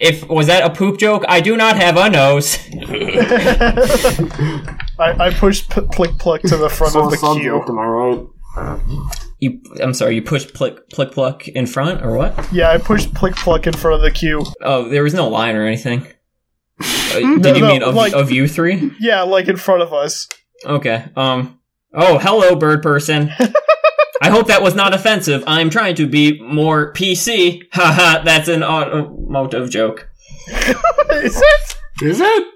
If was that a poop joke? I do not have a nose. I, I push p- plick pluck to the front of the queue. Am I right? You I'm sorry, you pushed plick plick pluck in front or what? Yeah, I push plick pluck in front of the queue. Oh, there was no line or anything. Uh, did you no, mean of, like- of you three? Yeah, like in front of us. Okay. Um. Oh, hello, bird person. I hope that was not offensive. I'm trying to be more PC. Haha, that's an automotive joke. Is it? Is it?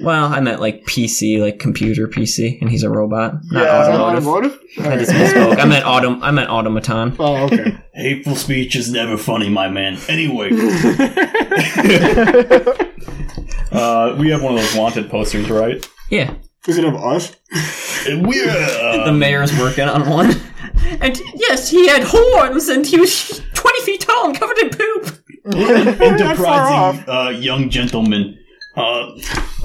Well, I meant like PC, like computer PC, and he's a robot, not Yeah. Is that automotive. automotive? I just misspoke. I meant autom- I meant automaton. Oh, okay. Hateful speech is never funny, my man. Anyway, Uh, we have one of those wanted posters, right? Yeah, Is it of us? we're the uh, mayor's working on one. And yes, he had horns, and he was twenty feet tall and covered in poop. enterprising uh, young gentlemen. Uh,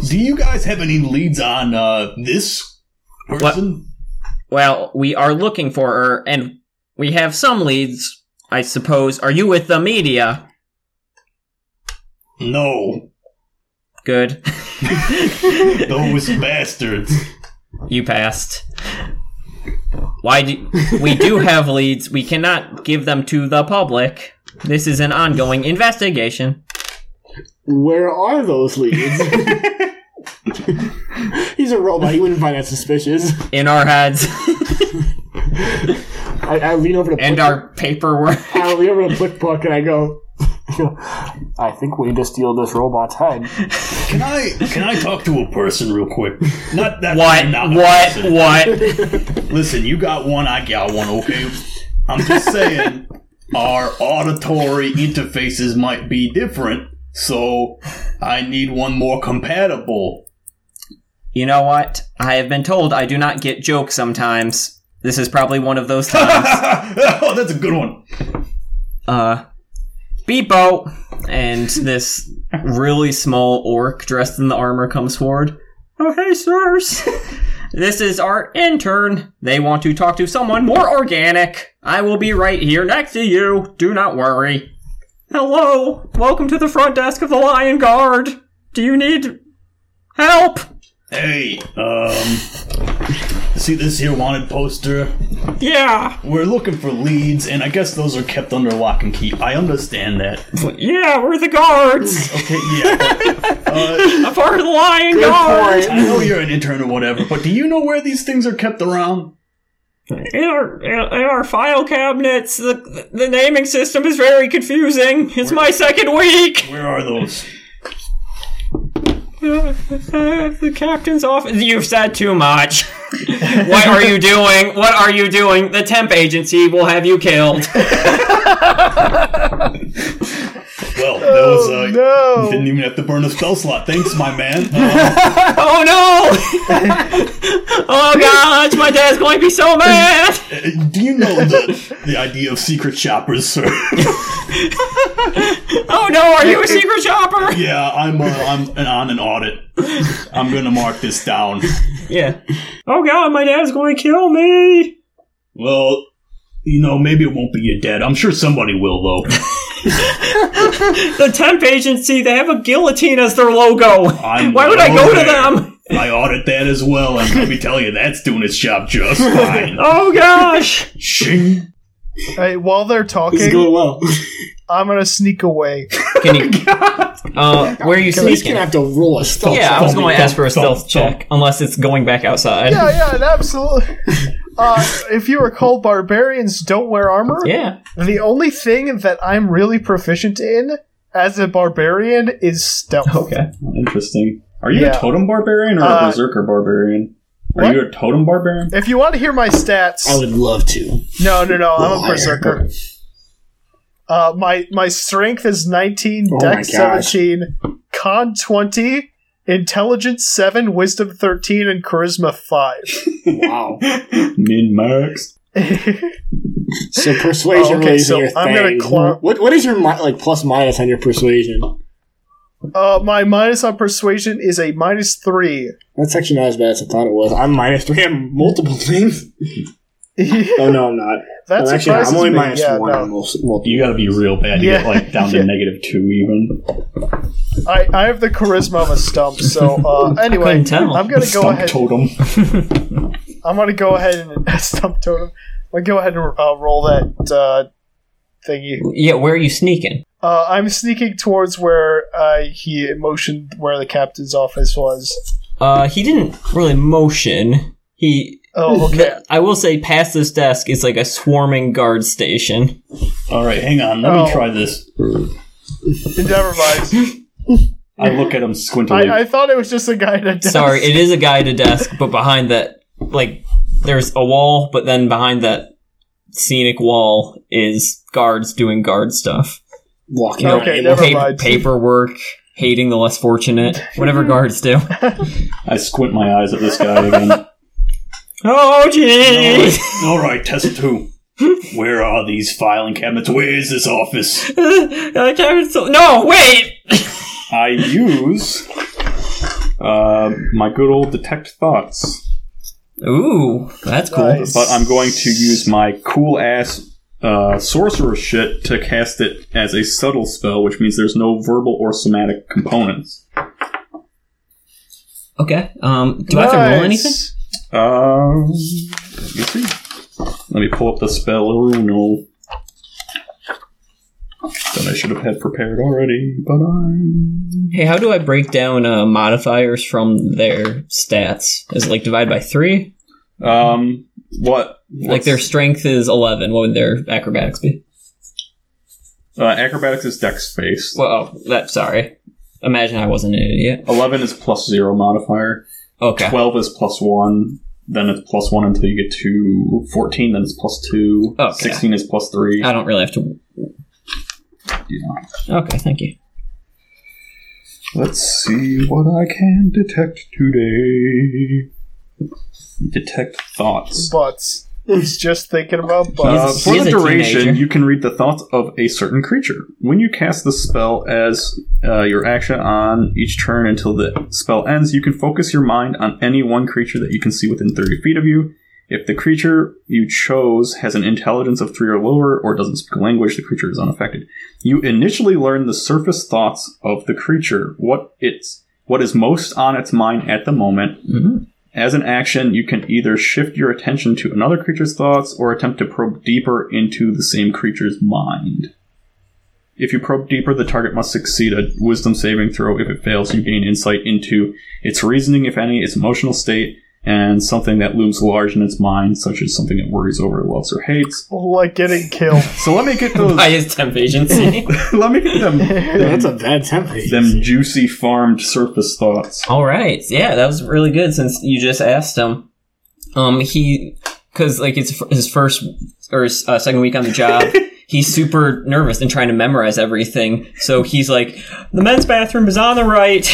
do you guys have any leads on uh, this person? Well, we are looking for her, and we have some leads, I suppose. Are you with the media? No, Good. those bastards. You passed. Why do we do have leads? We cannot give them to the public. This is an ongoing investigation. Where are those leads? He's a robot. He wouldn't find that suspicious. In our heads I, I lean over to and our paperwork. I lean over to Plick Pluck and I go. I think we need to steal this robot's head. Can I can I talk to a person real quick? Not that What? I'm not a What? person. What? Listen, you got one, I got one. Okay, I'm just saying our auditory interfaces might be different, so I need one more compatible. You know what? I have been told I do not get jokes sometimes. This is probably one of those times. oh, that's a good one. uh, Beepo, and this really small orc dressed in the armor comes forward. Oh, hey, sirs. this is our intern. They want to talk to someone more organic. I will be right here next to you. Do not worry. Hello. Welcome to the front desk of the Lion Guard. Do you need help? Hey, um, see this here wanted poster? Yeah. We're looking for leads, and I guess those are kept under lock and key. I understand that. Yeah, we're the guards Okay, yeah. uh, of our Lion Guard. I know you're an intern or whatever, but do you know where these things are kept around? in our in our file cabinets the the naming system is very confusing it's my second week Where are those? Uh, uh, the captain's office you've said too much what are you doing what are you doing the temp agency will have you killed Well, that was uh, no. didn't even have to burn a spell slot. Thanks, my man. Uh, oh no oh gosh my dad's going to be so mad do you know the, the idea of secret shoppers, sir? oh no are you a secret shopper yeah, I'm uh, I'm an, on an audit. I'm gonna mark this down. yeah oh god my dad's going to kill me Well, you know, maybe it won't be your dad. I'm sure somebody will, though. the temp agency, they have a guillotine as their logo. I'm Why would I go to aware. them? I audit that as well, and let me tell you, that's doing its job just fine. Oh gosh. Shing. Hey, while they're This talking, is going well. I'm gonna sneak away. Can you? Uh, where are you He's gonna sneaking? have to roll a stealth. Yeah, I was going to ask for a Thump, stealth check, unless it's going back outside. Yeah, Oh, yeah, absolutely. Uh, if you recall, barbarians don't wear armor. Yeah. The only thing that I'm really proficient in as a barbarian is stealth. Okay. Interesting. Are you Yeah. a totem barbarian or Uh, a berserker barbarian? Are what? you a totem barbarian? If you want to hear my stats, I would love to. no, no, no, I'm a Liar. berserker. Uh, my my strength is 19, Oh my dex gosh. 17, con 20, intelligence 7, wisdom 13, and charisma 5. Wow. Min max. So persuasion Oh, okay, okay, so your I'm gonna thing. clon- what what is your mi- like plus minus on your persuasion? uh, my minus on persuasion is a minus 3. That's actually not as bad as I thought it was. I'm minus three on multiple things. Oh no, I'm not. That I'm actually, surprises I'm only me. minus yeah, one no. on most, multiple. You gotta be real bad to Yeah. get like down to Yeah. negative two even. I, I have the charisma of a stump, so uh, anyway, Couldn't tell. I'm gonna go Stump ahead. totem. I'm gonna go ahead and stump totem. I'm gonna go ahead and uh, roll that uh, thingy. Yeah, where are you sneaking? Uh, I'm sneaking towards where uh, he motioned, where the captain's office was. Uh, he didn't really motion. He. Oh, okay. I will say, past this desk is like a swarming guard station. All right, hang on. Let Oh. me try this. Never mind. I look at him squintily. I, I thought it was just a guy in a desk. Sorry, it is a guy at a desk, but behind that, like, there's a wall, but then behind that scenic wall is guards doing guard stuff. Walking You know, Okay, pa- never mind. paperwork, hating the less fortunate, whatever guards do. I squint my eyes at this guy again. Oh, jeez! All right, test two. Where are these filing cabinets? Where is this office? I can't- so- no, wait! I use uh, my good old detect thoughts, Ooh, that's cool. Nice. but I'm going to use my cool ass uh, sorcerer shit to cast it as a subtle spell, which means there's no verbal or somatic components. Okay, um, do I have to roll anything? Um, let me see. Let me pull up the spell Oh, rule. That I should have had prepared already, but I Hey, how do I break down uh, modifiers from their stats? Is it like divide by three? um what Like their strength is eleven. What would their acrobatics be? uh, acrobatics is dex based. Well, oh, that sorry. Imagine I wasn't an idiot. Eleven is plus zero modifier. Okay. 12 is plus 1, then it's plus 1 until you get to 14, then it's plus 2, Okay. 16 is plus 3. I don't really have to. Okay, thank you. Let's see what I can detect today. Detect thoughts. Butts. He's just thinking about Uh, butts. for he's the a duration, teenager. you can read the thoughts of a certain creature. When you cast the spell as uh, your action on each turn until the spell ends, you can focus your mind on any one creature that you can see within 30 feet of you. If the creature you chose has an intelligence of 3 or lower or doesn't speak a language, the creature is unaffected. You initially learn the surface thoughts of the creature, what it's what is most on its mind at the moment, as an action, you can either shift your attention to another creature's thoughts or attempt to probe deeper into the same creature's mind. If you probe deeper, the target must succeed a wisdom saving throw. If it fails, you gain insight into its reasoning, if any, its emotional state, and something that looms large in its mind, such as something it worries over, loves, or hates. Oh, Like getting killed. So let me get those. By his temp agency. let me get them. That's them, a bad template. them juicy farmed surface thoughts. All right. Yeah, that was really good since you just asked him. Um, he because like it's f- his first or his uh, second week on the job. He's super nervous and trying to memorize everything. So he's like, "The men's bathroom is on the right.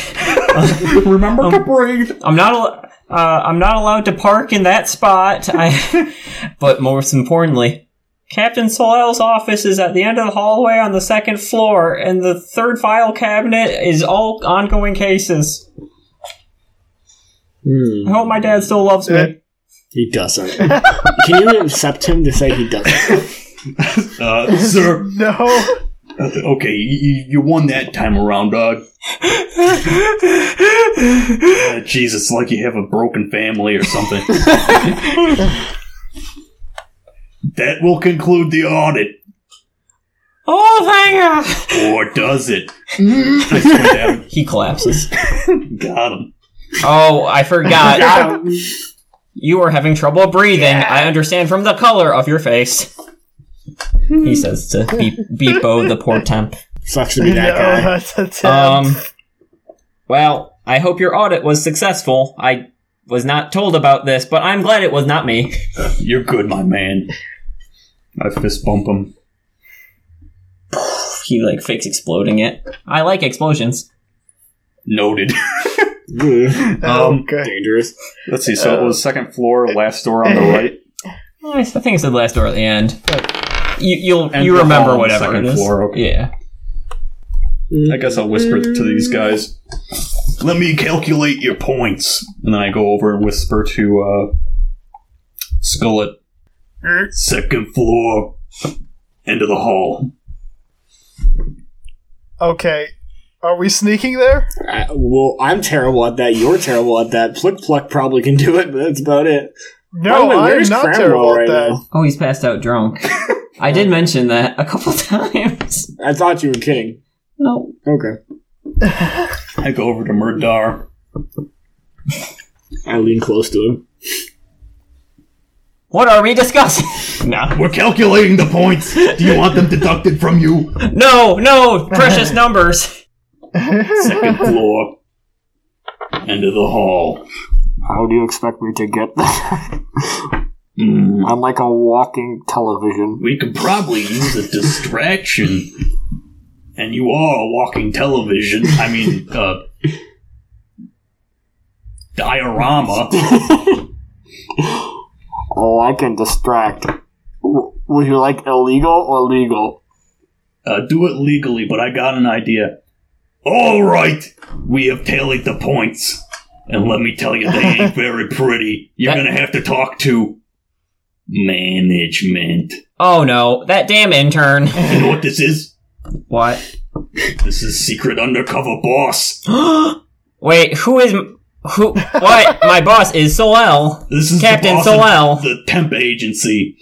Um, Remember to breathe. I'm not al- uh, I'm not allowed to park in that spot. I, but most importantly, Captain Solel's office is at the end of the hallway on the second floor, and the third file cabinet is all ongoing cases. I hope my dad still loves me. He doesn't. can you accept him to say he doesn't? Uh, sir, No. Okay, you, you- you won that time around, dog. Uh, Jesus, like you have a broken family or something. that will conclude the audit. Oh, thank Or does it? I swear to God, He collapses. Got him. Oh, I forgot. you are having trouble breathing. I understand from the color of your face. Hmm. He says to Be- Beepo, the poor temp. Sucks to be that Yeah, guy. that's, that's Um, well, I hope your audit was successful. I was not told about this, but I'm glad it was not me. You're good, my man. I fist bump him. He like fakes exploding it. I like explosions. Noted. Mm, Um, okay. dangerous. Let's see. So it was second floor, last door on the right. Eh, I think it's the last door at the end. But you, you'll And you the remember hall on the whatever second it is. floor, okay. Yeah. I guess I'll whisper to these guys, Let me calculate your points. and then I go over and whisper to uh, Skullet. Second floor, end of the hall. Oh, Okay. Are we sneaking there? I, well, I'm terrible at that. You're terrible at that. Plick Pluck probably can do it, but that's about it. By the No, way, I am where's not Cramwell terrible right at that. now? Oh, he's passed out drunk. I did mention that a couple times. I thought you were kidding. No. Okay. I go over to Murdar. I lean close to him. What are we discussing? no. We're calculating the points. Do you want them deducted from you? No, no, precious numbers. Second floor, end of the hall. How do you expect me to get that? Mm, I'm like a walking television. we could probably use a distraction. And you are a walking television. I mean, uh, diorama. Oh, I can distract. W- Would you like illegal or legal? Uh, do it legally, but I got an idea. All right, we have tallied the points, and let me tell you, they ain't very pretty. You're That- gonna have to talk to management. Oh no, that damn intern. You know what this is? What? This is secret undercover boss. Wait, who is who? What? My boss is Solel. This is Captain the boss Solal. of the temp agency.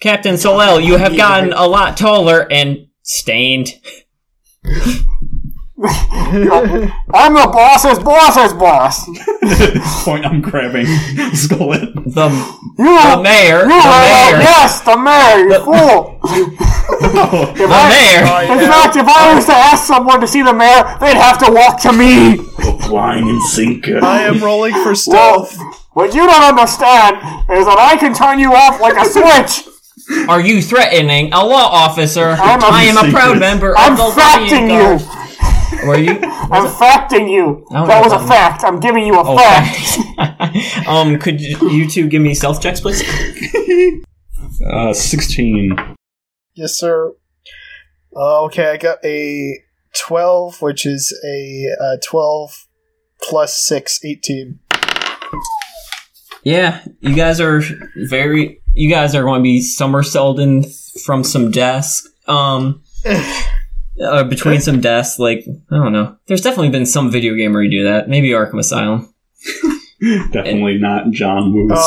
Captain Solel, you have gotten a lot taller and stained. I'm the boss's boss's boss. At this point, I'm grabbing Skullet. The, You the mayor, the You are the- mayor, yes, the mayor, you fool. the Oh, mayor. In fact, if I was to ask someone to see the mayor, they'd have to walk to me. Hook, line, and sinker. I am rolling for Well, stealth. what you don't understand is that I can turn you off like a switch. Are you threatening a law officer? I'm a I am a proud secret. member of I'm the facting Lobbying you. Guard. Were you? I'm facting you. don't That know was a about fact. I'm giving you a Oh, fact. Oh. thanks. um, could you, you two give me stealth checks, please? Uh, 16. Yes, sir. Uh, okay, I got a 12, which is a uh, 12 plus 6, 18. Yeah, you guys are very. You guys are going to be somersaulting from some desk. Um, uh, between some desks, like I don't know. There's definitely been some video game where you do that. Maybe Arkham Asylum. Definitely not John Woo's Uh,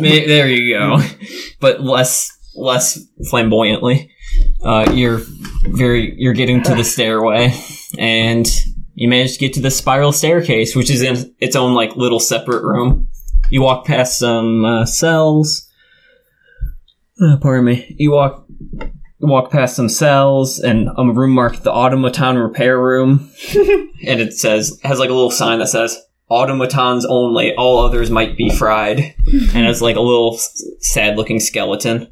May- there you go. but less, less flamboyantly. Uh, you're very. You're getting to the stairway, and you manage to get to the spiral staircase, which is in its own like little separate room. You walk past some uh, cells. Uh, pardon me. You walk you walk past some cells and a room marked the Automaton Repair Room, and it says has like a little sign that says Automatons only. All others might be fried, and it's like a little s- sad looking skeleton.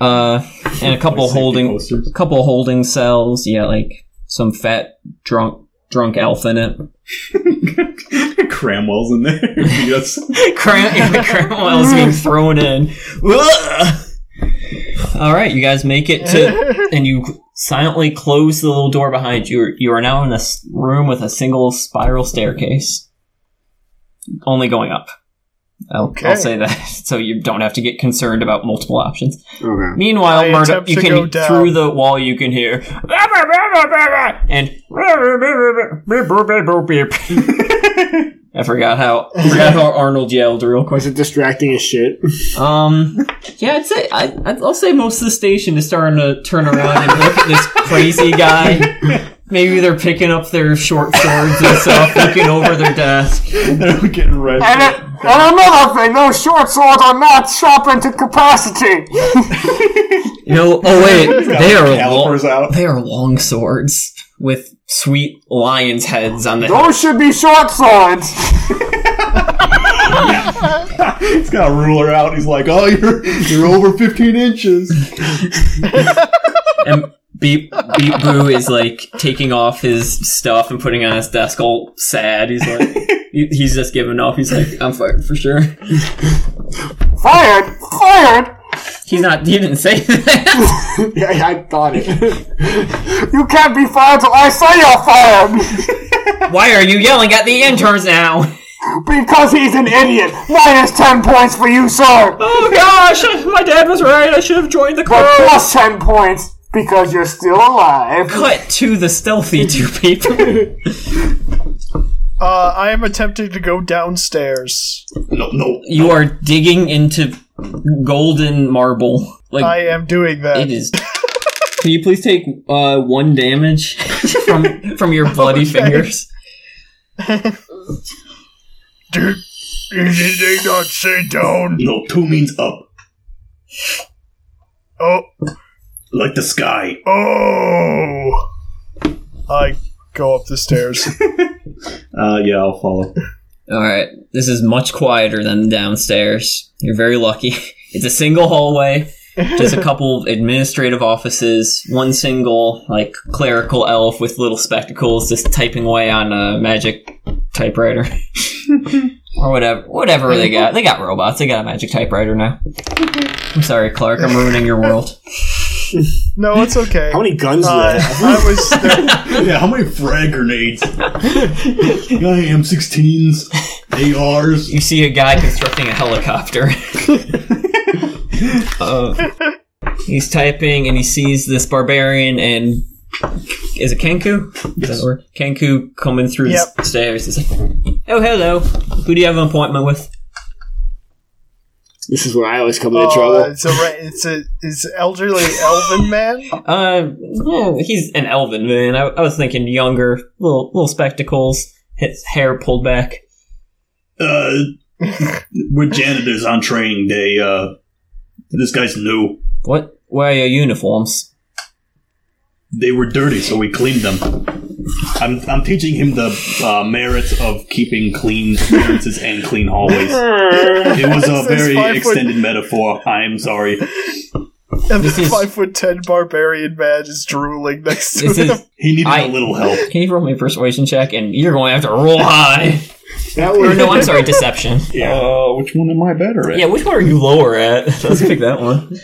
uh, and a couple holding Posters. couple holding cells. Yeah, like some fat drunk drunk elf in it. Cramwell's in there. yes. Cram- yeah, Cramwell's being thrown in. Ugh. All right, you guys make it to, and you silently close the little door behind you. You are now in a s- room with a single spiral staircase, only going up. I'll, I'll say that so you don't have to get concerned about multiple options. Okay. Meanwhile, I Murdo, attempt you to go can down. through the wall you can hear and I forgot how I forgot how Arnold yelled real quick. Was it distracting as shit? Um, yeah, I'd say I, I'd- I'll say most of the station is starting to turn around and look at this crazy guy. Maybe they're picking up their short swords and stuff, looking over their desk. I'm getting red. And, it, and another thing, those short swords are not sharpened to capacity. No, oh wait, they are long, Calipers out. They are long swords with sweet lions' heads on the. Those should be short swords. He's got a ruler out. He's like, oh, you're you're over 15 inches. And Beep Beep Boo is like taking off his stuff and putting it on his desk, all sad. He's like, he- he's just giving up. He's like, I'm fired for sure. Fired! Fired! He's not. He didn't say that. yeah, I thought it. You can't be fired till I say you're fired! Why are you yelling at the interns now? Because he's an idiot! Minus 10 points for you, sir! Oh gosh, my dad was right. I should have joined the But plus 10 points because you're still alive. Cut to the stealthy two people. Uh, I am attempting to go downstairs. No, no. you are digging into golden marble. Like I uh, am doing it that. is. Can you please take uh, one damage from from your bloody fingers? Did, did they not say down? No, two means up. Oh, Like the sky. oh! I go up the stairs. Uh, yeah, I'll follow. All right, this is much quieter than downstairs. You're very lucky. It's a single hallway, just a couple of administrative offices, one single like clerical elf with little spectacles just typing away on a magic typewriter. or whatever whatever they got. They got robots. They got a magic typewriter now. I'm sorry, Clark. I'm ruining your world. No, it's okay. How many guns do Uh, they have? I was. Yeah, how many frag grenades? you got any M16s, ARs. You see a guy constructing a helicopter. Uh, he's typing and he sees this barbarian and is it Kenku? Is that the word? Kenku coming through the Yep. stairs. He's like, "Oh, hello. Who do you have an appointment with?" This is where I always come into uh, trouble. it's a ra- it's a it's an elderly elven man. Uh, oh, he's an elven man. I, I was thinking younger, little little spectacles, his hair pulled back. Uh, we're janitors on training day. Uh, this guy's new. What? Where are your uniforms? They were dirty, so we cleaned them. I'm, I'm teaching him the uh, merits of keeping clean appearances and clean hallways. It was a This is very five foot- extended metaphor. I'm sorry. And this is- five foot ten barbarian man is drooling next to This him. is. He needed I- a little help. Can you roll me a persuasion check? And you're going to have to roll high. That or was no, I'm sorry, deception. Uh, which one am I better at? Yeah, which one are you lower at? Let's pick that one.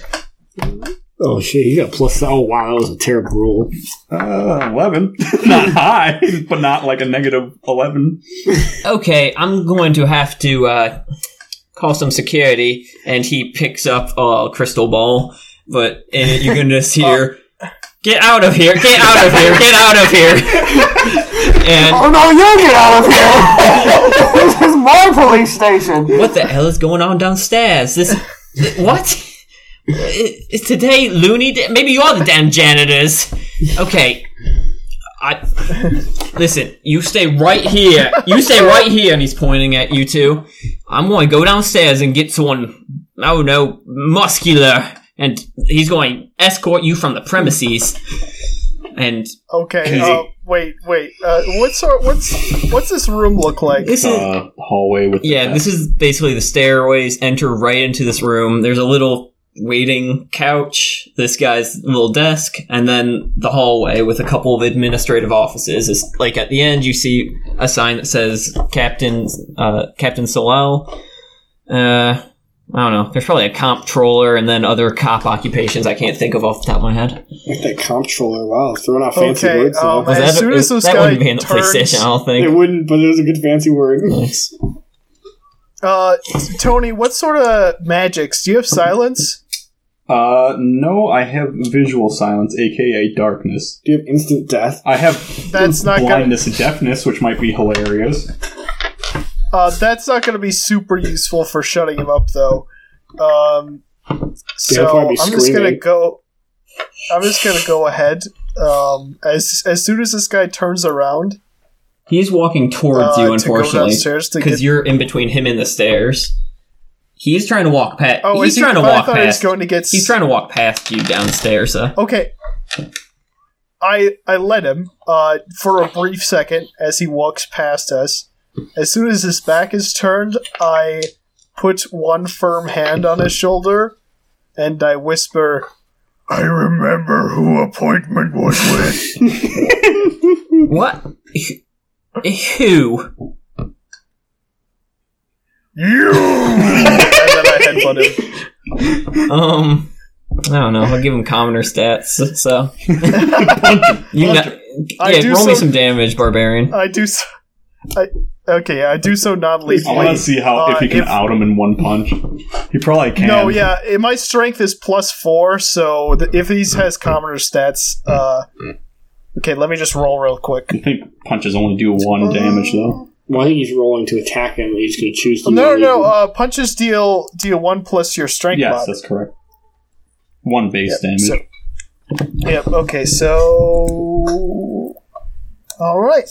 oh shit, he got plus. Oh wow, that was a terrible rule. Uh, 11. not high, but not like a negative 11. Okay, I'm going to have to uh, call some security, and he picks up a crystal ball, but eh, in it you can just hear, "Get out of here! Get out of here! Get out of here!" and Oh no, you get out of here! this is my police station! what the hell is going on downstairs? This what? I- Is today Looney? Day? Maybe you are the damn janitors. Okay, I listen. You stay right here. You stay right here. And he's pointing at you two. I'm going to go downstairs and get someone. Oh no, muscular, and he's going to escort you from the premises. And Okay. Uh, wait, wait. Uh, what's our, what's what's this room look like? this is Uh, hallway with. Yeah, this is basically the stairways enter right into this room. There's a little waiting couch, this guy's little desk, and then the hallway with a couple of administrative offices. It's like at the end, you see a sign that says Captain uh, Captain Solel. Uh, I don't know. There's probably a comptroller and then other cop occupations I can't think of off the top of my head. Like that comptroller. Wow, throwing out fancy Okay, words. though. um, As that, soon as this that guy wouldn't be in the turns- PlayStation, I don't it think. wouldn't, but it was a good fancy word. Thanks. Uh, Tony, what sort of magics? Do you have silence? Uh, no, I have visual silence, aka darkness. Do you have instant death? I have That's not gonna- blindness and deafness, which might be hilarious. Uh, that's not going to be super useful for shutting him up, though. Um, so They'll I'm probably be just going to screaming. go. I'm just going to go ahead. Um, as as soon as this guy turns around, He's walking towards uh, you, to go unfortunately, downstairs to because get. you're in between him and the stairs. He's trying to walk past. Oh, he's is he, trying to but walk I thought he was past. going to get. he's trying to walk past you downstairs. Uh, Okay. I I let him uh, for a brief second as he walks past us. As soon as his back is turned, I put one firm hand on his shoulder and I whisper, I remember who appointment was with. what? Who? You! and then I headbutt him. Um, I don't know. I'll give him commoner stats. So you know, I yeah, do roll me some- some damage, barbarian. I do so. I, okay, I do so non I want lethally. to see how Uh, if he can if- out him in one punch. He probably can. No, yeah, eh, my strength is plus four, so th- if he has commoner stats, uh, okay, let me just roll real quick. I think punches only do one damage though. Well, I think he's rolling to attack him. and He's going to choose the No, no, one no. he- Uh, punches deal deal one plus your strength. Yes, mod. that's correct. One base damage. so- Yep. Okay. So, all right.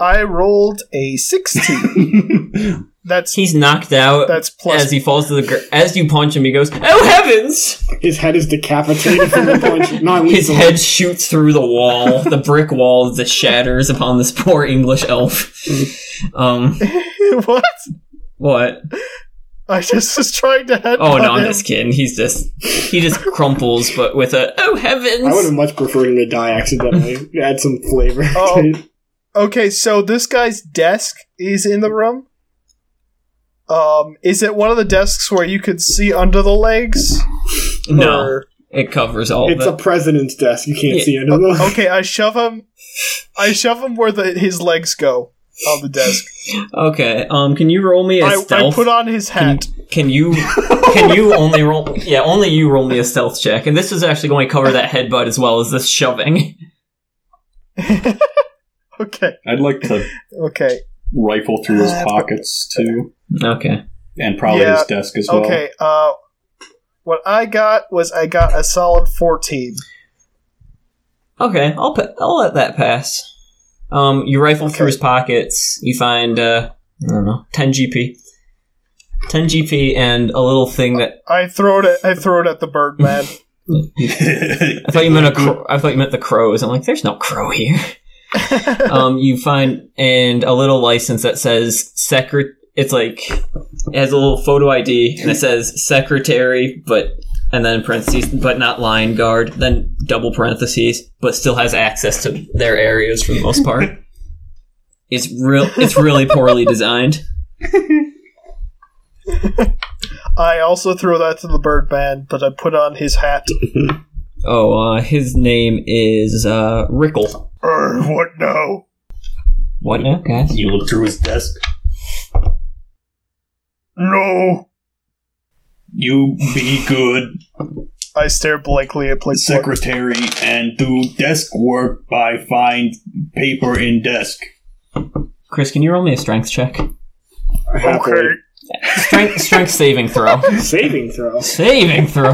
I rolled a sixteen. that's He's knocked out that's plus. as he falls to the gr- as you punch him. He goes, "Oh heavens!" His head is decapitated from the punch. Not His lethal. head shoots through the wall, the brick wall that shatters upon this poor English elf. Um, what? what? I just was trying to head. Oh no, I'm just kidding. He's just he just crumples, but with a "Oh I would heavens!" have much preferred him to die accidentally. to add some flavor. Oh. to it. Okay. So this guy's desk is in the room. Um, is it one of the desks where you could see under the legs? No, Or- it covers all It's of a president's desk. You can't Yeah. see under the. Okay, I shove him. I shove him where the, his legs go on the desk. it. Okay, um, can you roll me a I, I stealth? put on his hat. Can you can you only roll yeah, only you roll me a stealth check. And this is actually going to cover that headbutt as well as this shoving. Okay. I'd like to Okay. rifle through his pockets too, Okay. and probably Yeah, his desk as well. Okay. Uh, what I got was I got a solid fourteen. Okay, I'll pa- I'll let that pass. Um you rifle Okay. through his pockets, you find uh I don't know, 10 GP. 10 GP and a little thing that I throw it. At, I throw it at the Birdman. I thought you meant a cro- I thought you meant the crows. I'm like, there's no crow here. um, you find and a little license that says secret. It's like it has a little photo ID and it says secretary, but and then parentheses, but not line guard. Then double parentheses, but still has access to their areas for the most part. it's real. It's really poorly designed. I also throw that to the Birdman, but I put on his hat. Oh, uh, his name is uh, Rickle. Er, what now? What now, guys? You look through his desk. No. You be good, I stare blankly at Blake. secretary, and do desk work by find paper in desk. Chris, can you roll me a strength check? Happily. Okay. Strength, strength saving throw. Saving throw. Saving throw.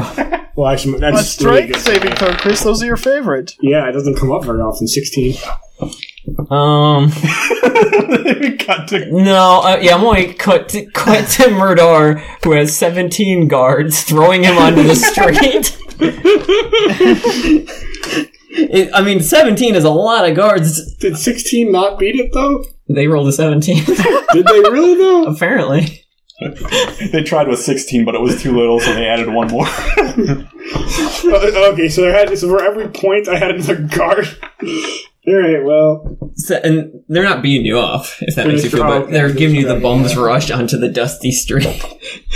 Well, actually, A that's really strength good. saving throw, Chris. Those are your favorite. Yeah, it doesn't come up very often. Sixteen. Um. No, uh, yeah, I'm going to cut to, cut to Murdar, who has 17 guards, throwing him onto the street. It- I mean, 17 is a lot of guards. Did sixteen not beat it though? They rolled a 17, Did they really though? apparently. They tried with sixteen, but it was too little, so they added one more. Uh, okay, so I had so for every point I had another guard. All right, well, So, and they're not beating you off, if that makes you Finished feel round. better. They're giving you the bum's rush onto the dusty street.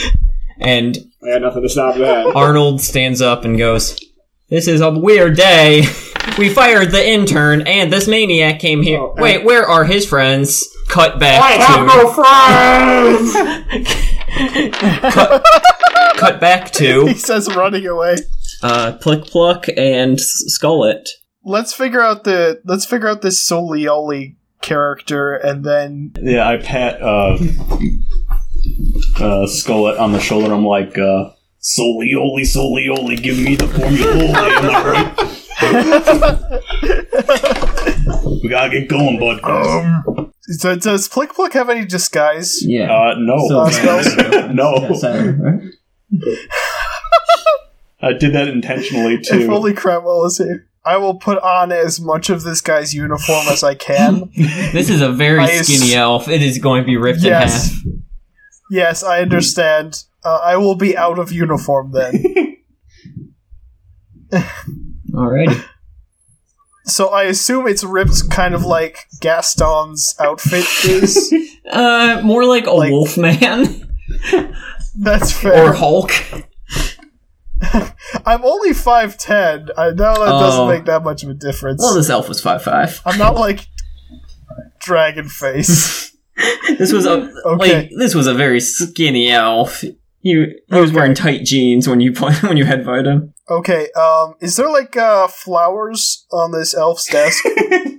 And I had nothing to stop that. Arnold stands up and goes, This is a weird day. We fired the intern, and this maniac came here. Oh, and- Wait, where are his friends? cut back I have to no friends! cut back to He says running away. uh, Plick Pluck and S- Skullet. Let's figure out the let's figure out this Solioli character and then Yeah, I pat uh, uh, Skullet on the shoulder. I'm like, uh, Solioli, Solioli, give me the formula. am I right? we gotta get going, bud. Uh, so does Plick Plick have any disguise? Yeah. Uh, no. So- no. I did that intentionally, If too. only Cramwell is here. I will put on as much of this guy's uniform as I can. This is a very I skinny s- elf. It is going to be ripped Yes. in half. yes, I understand. Uh, I will be out of uniform then. Alrighty. so I assume it's ripped kind of like Gaston's outfit is. Uh, more like a Like- wolf man That's fair. or Hulk. I'm only 5'10. I know that Oh. doesn't make that much of a difference. Well, this elf was five five. I'm not like Dragon Face. This was a Okay. like this was a very skinny elf. He, he was wearing tight jeans when you play, when you head fight him. okay, um is there like uh flowers on this elf's desk?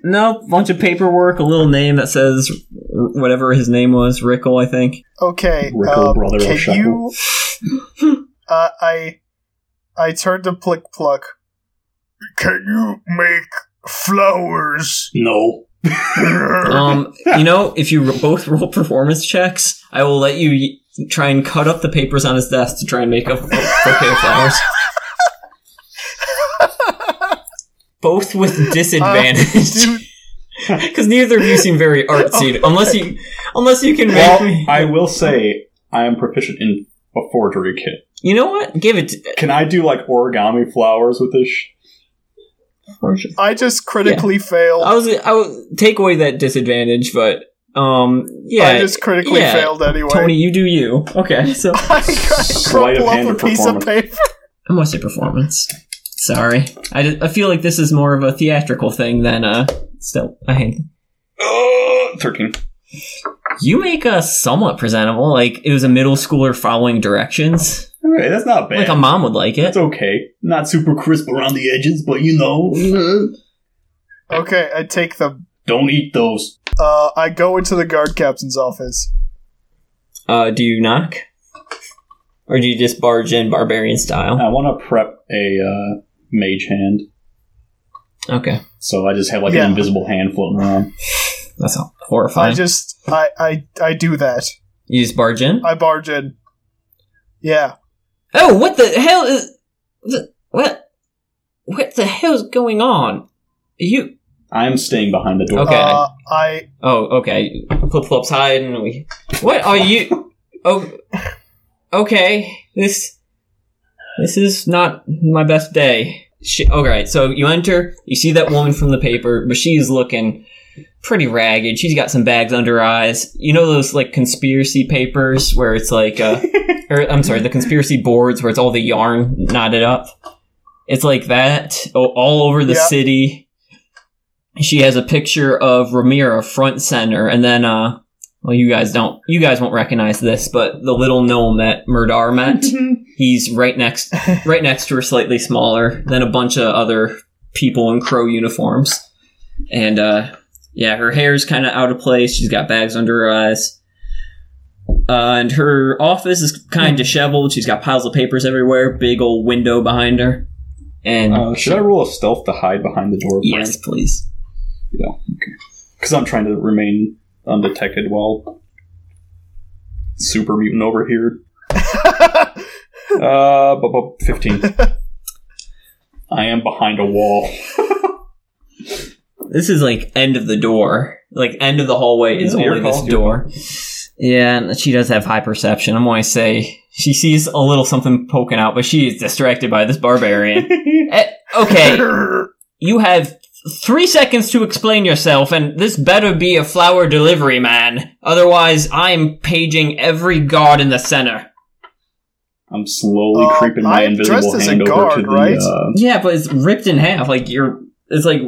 No, bunch of paperwork, a little name that says r- whatever his name was, Rickle, I think. Okay. Rickle, um, brother, can Shuckle. you uh, I I turn to Plick Pluck. Can you make flowers? No. Um, you know, if you ro- both roll performance checks, I will let you y- try and cut up the papers on his desk to try and make a bou- bouquet of flowers. Both with disadvantage, Dude, because neither of you seem very artsy. Unless you, unless you can make Well, me. I will say I am proficient in a forgery kit. You know what? Give it. to- Can I do, like, origami flowers with this? sh- I just Oh, critically failed. I was. I was take away that disadvantage, but um, yeah. I just critically yeah. failed anyway. Tony, you do you. Okay, so I Sleight of crumple hand up a or piece of performance? paper. I must say performance. Sorry, I, d- I feel like this is more of a theatrical thing than a still. I hate. Uh, 13. You make us somewhat presentable. Like it was a middle schooler following directions. Okay, that's not bad. Like a mom would like it. It's okay. Not super crisp around the edges, but you know, Okay, I take them. don't eat those. Uh, I go into the guard captain's office. Uh, do you knock, or do you just barge in barbarian style? I want to prep a uh, mage hand, Oh. Okay, so I just have like Yeah. an invisible hand floating around. that's all I horrifying. just, I, I, I do that. you just barge in. I barge in. Yeah. Oh, what the hell is the, what? What the hell is going on? You I'm staying behind the door. Okay. Uh, I, oh okay. Flip flops hide and we. What are you? Oh, okay. This this is not my best day. She, all right, so you enter. You see that woman from the paper, but she's looking pretty ragged. She's got some bags under her eyes. You know those like conspiracy papers where it's like, uh, or I'm sorry, the conspiracy boards where it's all the yarn knotted up. It's like that o- all over the Yeah. city. She has a picture of Ramira front center, and then uh, well, you guys don't, you guys won't recognize this, but the little gnome that Murdar met, he's right next, right next to her, slightly smaller than a bunch of other people in crow uniforms, and uh, yeah, her hair's kind of out of place. She's got bags under her eyes, uh, and her office is kind of disheveled. She's got piles of papers everywhere, big old window behind her, and Uh, should I roll a stealth to hide behind the door? yes, please. Because I'm trying to remain undetected while super mutant over here. uh, bu- bu- 15. I am behind a wall. This is like end of the door. Like end of the hallway is Yeah, only your this call. door. Yeah, and she does have high perception. I'm gonna say she sees a little something poking out, but she is distracted by this barbarian. Eh, okay, you have three seconds to explain yourself, and this better be a flower delivery man. Otherwise, I'm paging every guard in the center. I'm slowly Uh, creeping my I'm invisible dressed as a hand over to guard, the right? uh, Yeah, but it's ripped in half. Like you're, it's like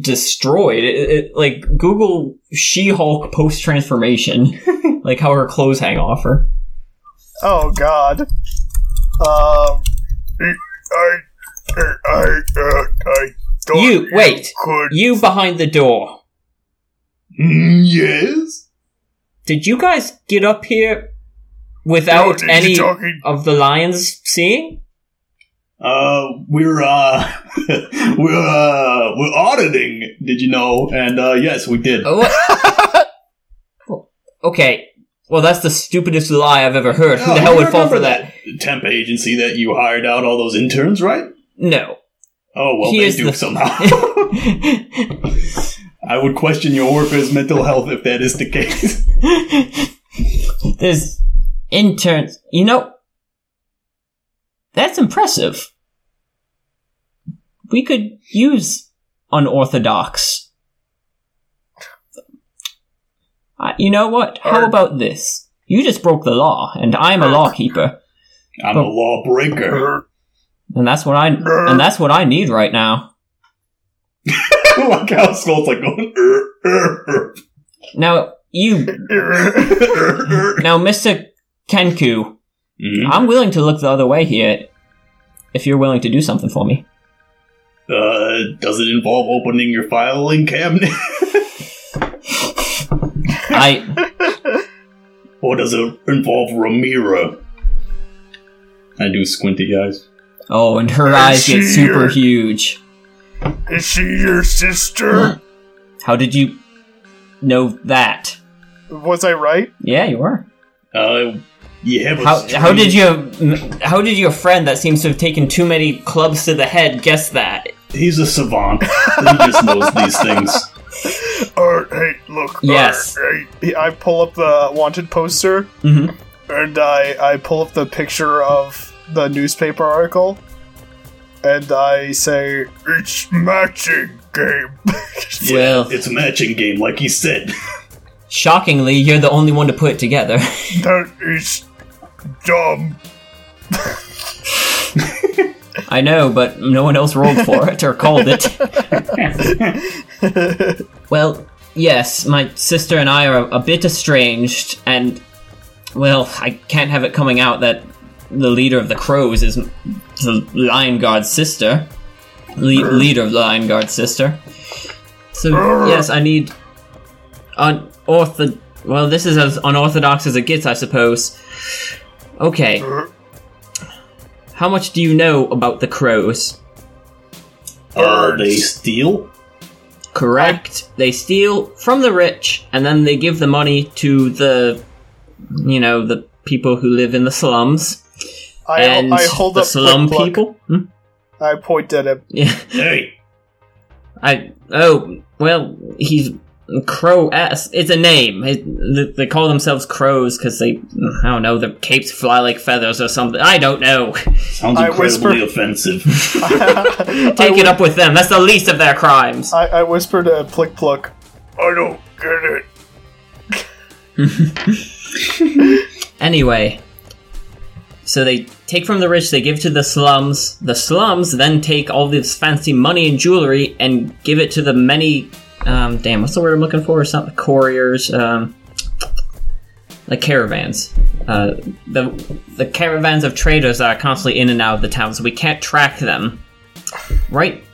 destroyed. It, it, like Google She-Hulk post transformation, like how her clothes hang off her. Oh God. Um. I, I, I, uh, I thought You wait. could. You behind the door. Mm, yes? Did you guys get up here without Did you any talking- of the lions seeing? Uh, we're, uh, we're, uh, we're auditing, did you know? And, uh, yes, we did. Oh, what? okay. Well, that's the stupidest lie I've ever heard. Who Oh, the No, hell you would fall for remember that? Temp agency that you hired out all those interns, right? No. Oh, well, Here's they do the- somehow. I would question your workers' mental health if that is the case. There's interns. You know, that's impressive. We could use unorthodox. I, you know what? How about this? You just broke the law, and I'm a law keeper, I'm Oh. a lawbreaker. and that's what I and that's what I need right now. like how Skull's like going, "Er, er, er, Now you, er, er." now Mister Kenku, Mhm. I'm willing to look the other way here, if you're willing to do something for me. Uh, does it involve opening your filing cabinet? I. or does it involve Ramira? I do squinty eyes. Oh, and her eyes get super huge. Is she your sister? How did you know that? Was I right? Yeah, you were. Uh, you have a How, strange- how did you how did your friend that seems to have taken too many clubs to the head guess that? He's a savant. he just knows these things. Or, Uh, hey, look. Yes. or, hey, I pull up the wanted poster Mhm. and I, I pull up the picture of the newspaper article and I say, it's matching game. Yeah, Well- it's a matching game, like he said. Shockingly, you're the only one to put it together. That is dumb. I know, but no one else rolled for it or called it. well, yes, my sister and I are a bit estranged, and, well, I can't have it coming out that the leader of the crows is the Lion Guard's sister. Le- leader of the Lion Guard's sister. So, yes, I need unortho. Well, this is as unorthodox as it gets, I suppose. Okay. How much do you know about the crows? Are Uh, they steal? Correct. They steal from the rich and then they give the money to the, you know, the people who live in the slums I, and I hold the up slum Blick Blick. people. Hmm? I point at him. Yeah. Hey, I. Oh well, he's crow ass. It's a name. It, th- they call themselves crows because they. I don't know. Their capes fly like feathers or something. I don't know. sounds I incredibly whisper- offensive. I, Take it up with them. That's the least of their crimes. I whisper to Plick Pluck, I don't get it. Anyway, so they take from the rich, they give to the slums. The slums then take all this fancy money and jewelry and give it to the many. Um, damn, what's the word I'm looking for? It's not the couriers, um, like caravans. Uh, the the caravans of traders that are constantly in and out of the town, so we can't track them. Right,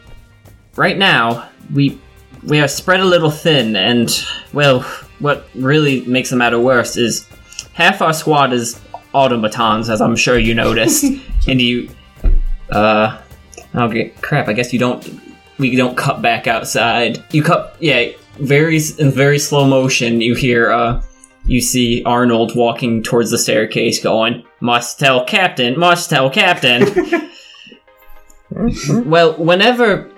right now we we are spread a little thin, and well, what really makes the matter worse is half our squad is automatons, as I'm sure you noticed. and you, uh, oh g- crap! I guess you don't. We don't cut back outside. You cut, yeah, very s- in very slow motion. You hear, uh, you see Arnold walking towards the staircase, going, "Must tell Captain, must tell Captain." well, whenever,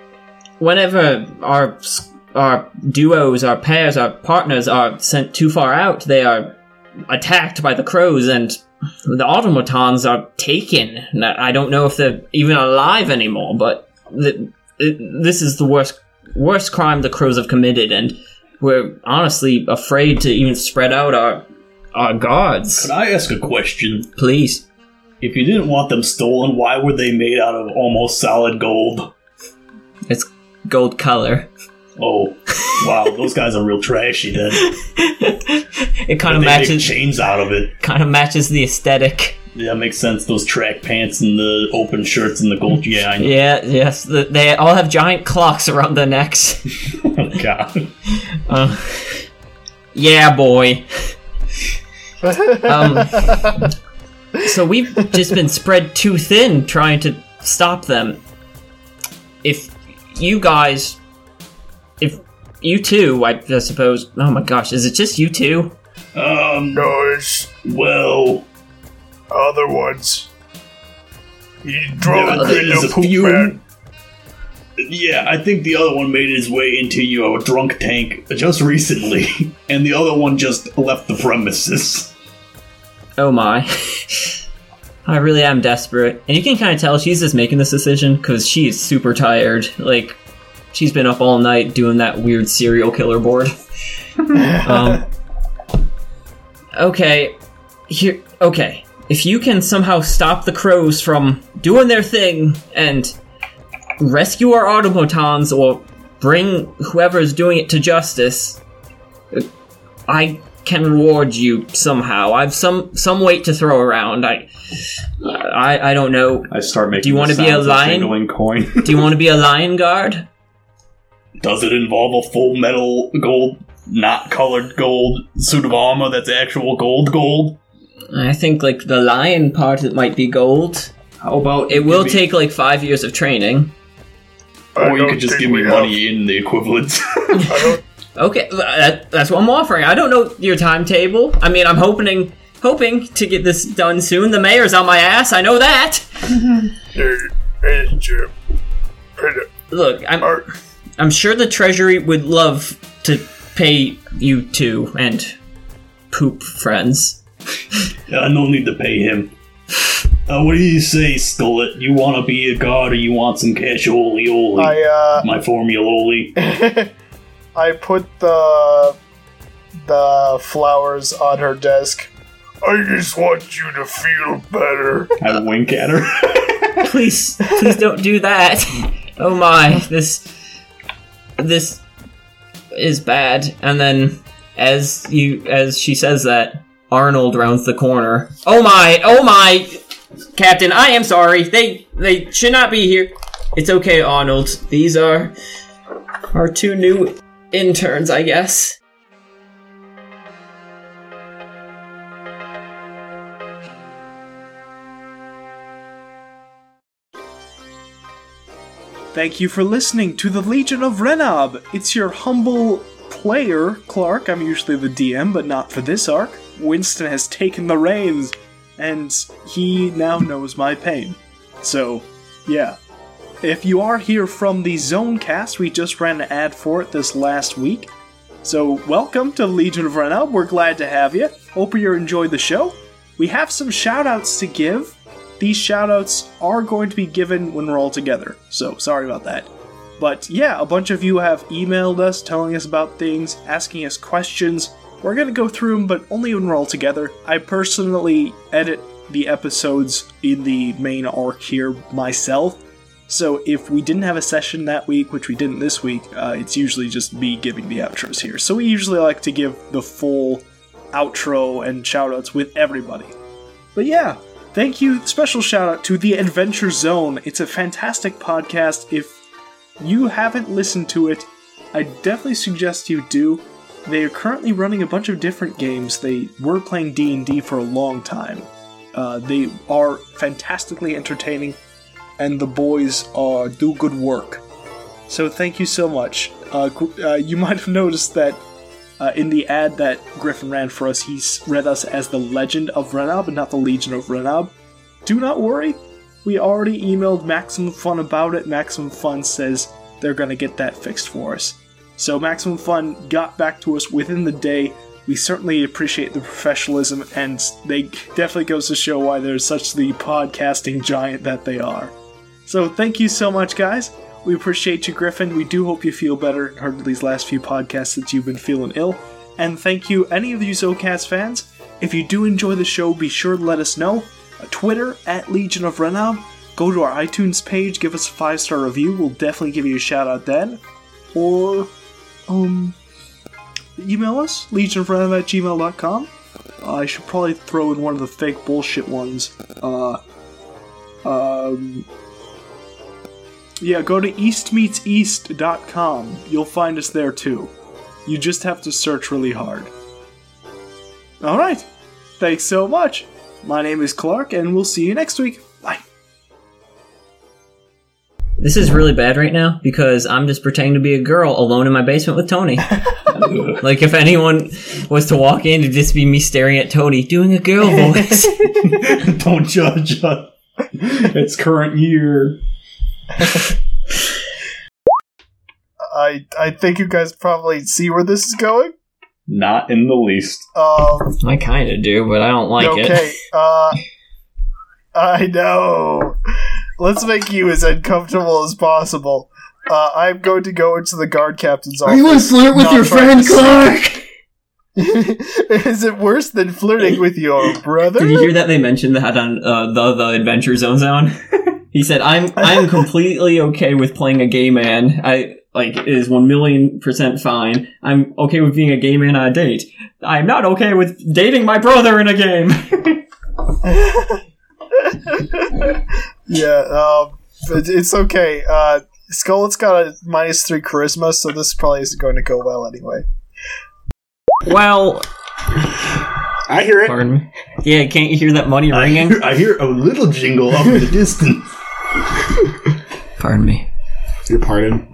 whenever our s- our duos, our pairs, our partners are sent too far out, they are attacked by the crows and the automatons are taken. And I I don't know if they're even alive anymore, but th- th- this is the worst worst crime the crows have committed, and we're honestly afraid to even spread out our our guards. Could I ask a question? Please, If you didn't want them stolen, why were they made out of almost solid gold? it's gold color. Oh, wow, those guys are real trashy then. it kind They of make matches chains out of it. kind of matches the aesthetic. Yeah, that makes sense. Those track pants and the open shirts and the gold. Yeah, I know. Yeah, yes, th- they all have giant clocks around their necks. Oh, God. Uh, yeah, boy. um, so we've just been spread too thin trying to stop them. If you guys, if you two, I, I suppose. Oh my gosh, is it just you two? Um, There's well, other ones. He drove there in is the a poop few. man. Yeah, I think the other one made his way into your drunk tank just recently, and the other one just left the premises. Oh my. I really am desperate. And you can kind of tell she's just making this decision because she is super tired. Like, she's been up all night doing that weird serial killer board. um, okay. Here. Okay. If you can somehow stop the crows from doing their thing and rescue our automatons or bring whoever is doing it to justice, uh, I can reward you somehow. I've some some weight to throw around. I I, I don't know. I start making. Do you the wanna be a sounds of lion? jingling coin? Do you want to be a lion guard? Does it involve a full metal gold, not colored gold suit of armor that's actual gold gold? I think like the lion part it might be gold. How about It will give me- take like five years of training. I Or you don't could just think give we me have- money in the equivalent. Okay, that, that's what I'm offering. I don't know your timetable. I mean, I'm hoping hoping to get this done soon. The mayor's on my ass. I know that. Hey, hey, Jim. Hey, Look, I'm Art. I'm sure the treasury would love to pay you two and poop friends. Uh, no need to pay him. Uh, what do you say, Skullet? You want to be a god or you want some cashioli? I uh, My formuloli. I put the the flowers on her desk. I just want you to feel better. I wink at her. please, please don't do that. Oh my, this, this is bad. And then, as you, as she says that, Arnold rounds the corner. Oh my, oh my, Captain, I am sorry. They, they should not be here. It's okay, Arnold. These are our two new interns, I guess. Thank you for listening to the Legion of Renob. It's your humble player, Clark. I'm usually the DM, but not for this arc. Winston has taken the reins, and he now knows my pain. So, yeah. If you are here from the Zonecast, we just ran an ad for it this last week. So, welcome to Legion of Renob. We're glad to have you. Hope you enjoyed the show. We have some shout outs to give these shoutouts are going to be given when we're all together. So sorry about that. But yeah, a bunch of you have emailed us, telling us about things, asking us questions. We're gonna go through them, but only when we're all together. I personally edit the episodes in the main arc here myself. So if we didn't have a session that week, which we didn't this week, uh, it's usually just me giving the outros here. So we usually like to give the full outro and shoutouts with everybody. But yeah, Thank you. Special shout out to The Adventure Zone. It's a fantastic podcast. If you haven't listened to it, I definitely suggest you do. They are currently running a bunch of different games. They were playing D&D for a long time. Uh, they are fantastically entertaining, and the boys uh, do good work. So thank you so much. Uh, gr- uh, you might have noticed that uh, in the ad that Griffin ran for us, he s- read us as the Legend of Renob and not the Legion of Renob. Do not worry, we already emailed Maximum Fun about it. Maximum Fun says they're going to get that fixed for us. So Maximum Fun got back to us within the day. We certainly appreciate the professionalism, and they definitely goes to show why they're such the podcasting giant that they are. So thank you so much, guys. We appreciate you, Griffin. We do hope you feel better and heard these last few podcasts that you've been feeling ill. And thank you, any of you Zocast fans. If you do enjoy the show, be sure to let us know. Uh, Twitter at Legion of Renob. Go to our iTunes page, give us a five star review. We'll definitely give you a shout out then. Or um, email us, legionofrandom at gmail.com. Uh, I should probably throw in one of the fake bullshit ones. Uh, um, yeah, go to eastmeetseast.com. You'll find us there too. You just have to search really hard. All right. Thanks so much. My name is Clark, and we'll see you next week. Bye. This is really bad right now because I'm just pretending to be a girl alone in my basement with Tony. like if anyone was to walk in, it'd just be me staring at Tony doing a girl voice. Don't judge us. It's current year. I I think you guys probably see where this is going. Not in the least. Um, I kind of do, but I don't like it. okay. Uh, I know. Let's make you as uncomfortable as possible. Uh, I'm going to go into the guard captain's office. flirt with Not your friend, Clark? is it worse than flirting with your Did you brother? hear that they mentioned that on uh, the the Adventure Zone Zone? he said, "I'm I'm completely okay with playing a gay man. I like it is one million percent fine. I'm okay with being a gay man on a date. I'm not okay with dating my brother in a game." yeah. Um, it, it's okay. Uh, Skullet's got a minus three charisma, so this probably isn't going to go well anyway. well, I hear it. pardon me. Yeah, can't you hear that money ringing? I hear a little jingle up in the distance. pardon me. Your pardon.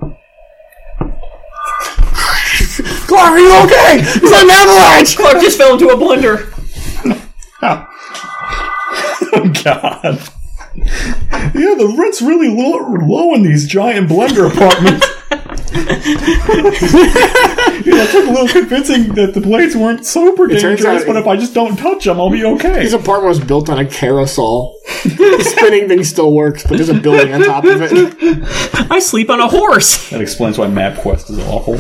Clark, are you okay? It's an avalanche. Clark just fell into a blender. Oh God. Yeah, the rent's really low, low in these giant blender apartments. yeah, it took a little convincing that the blades weren't super turns dangerous, out- but if I just don't touch them, I'll be okay. His apartment was built on a carousel. the spinning thing still works, but there's a building on top of it. I sleep on a horse. That explains why MapQuest is awful.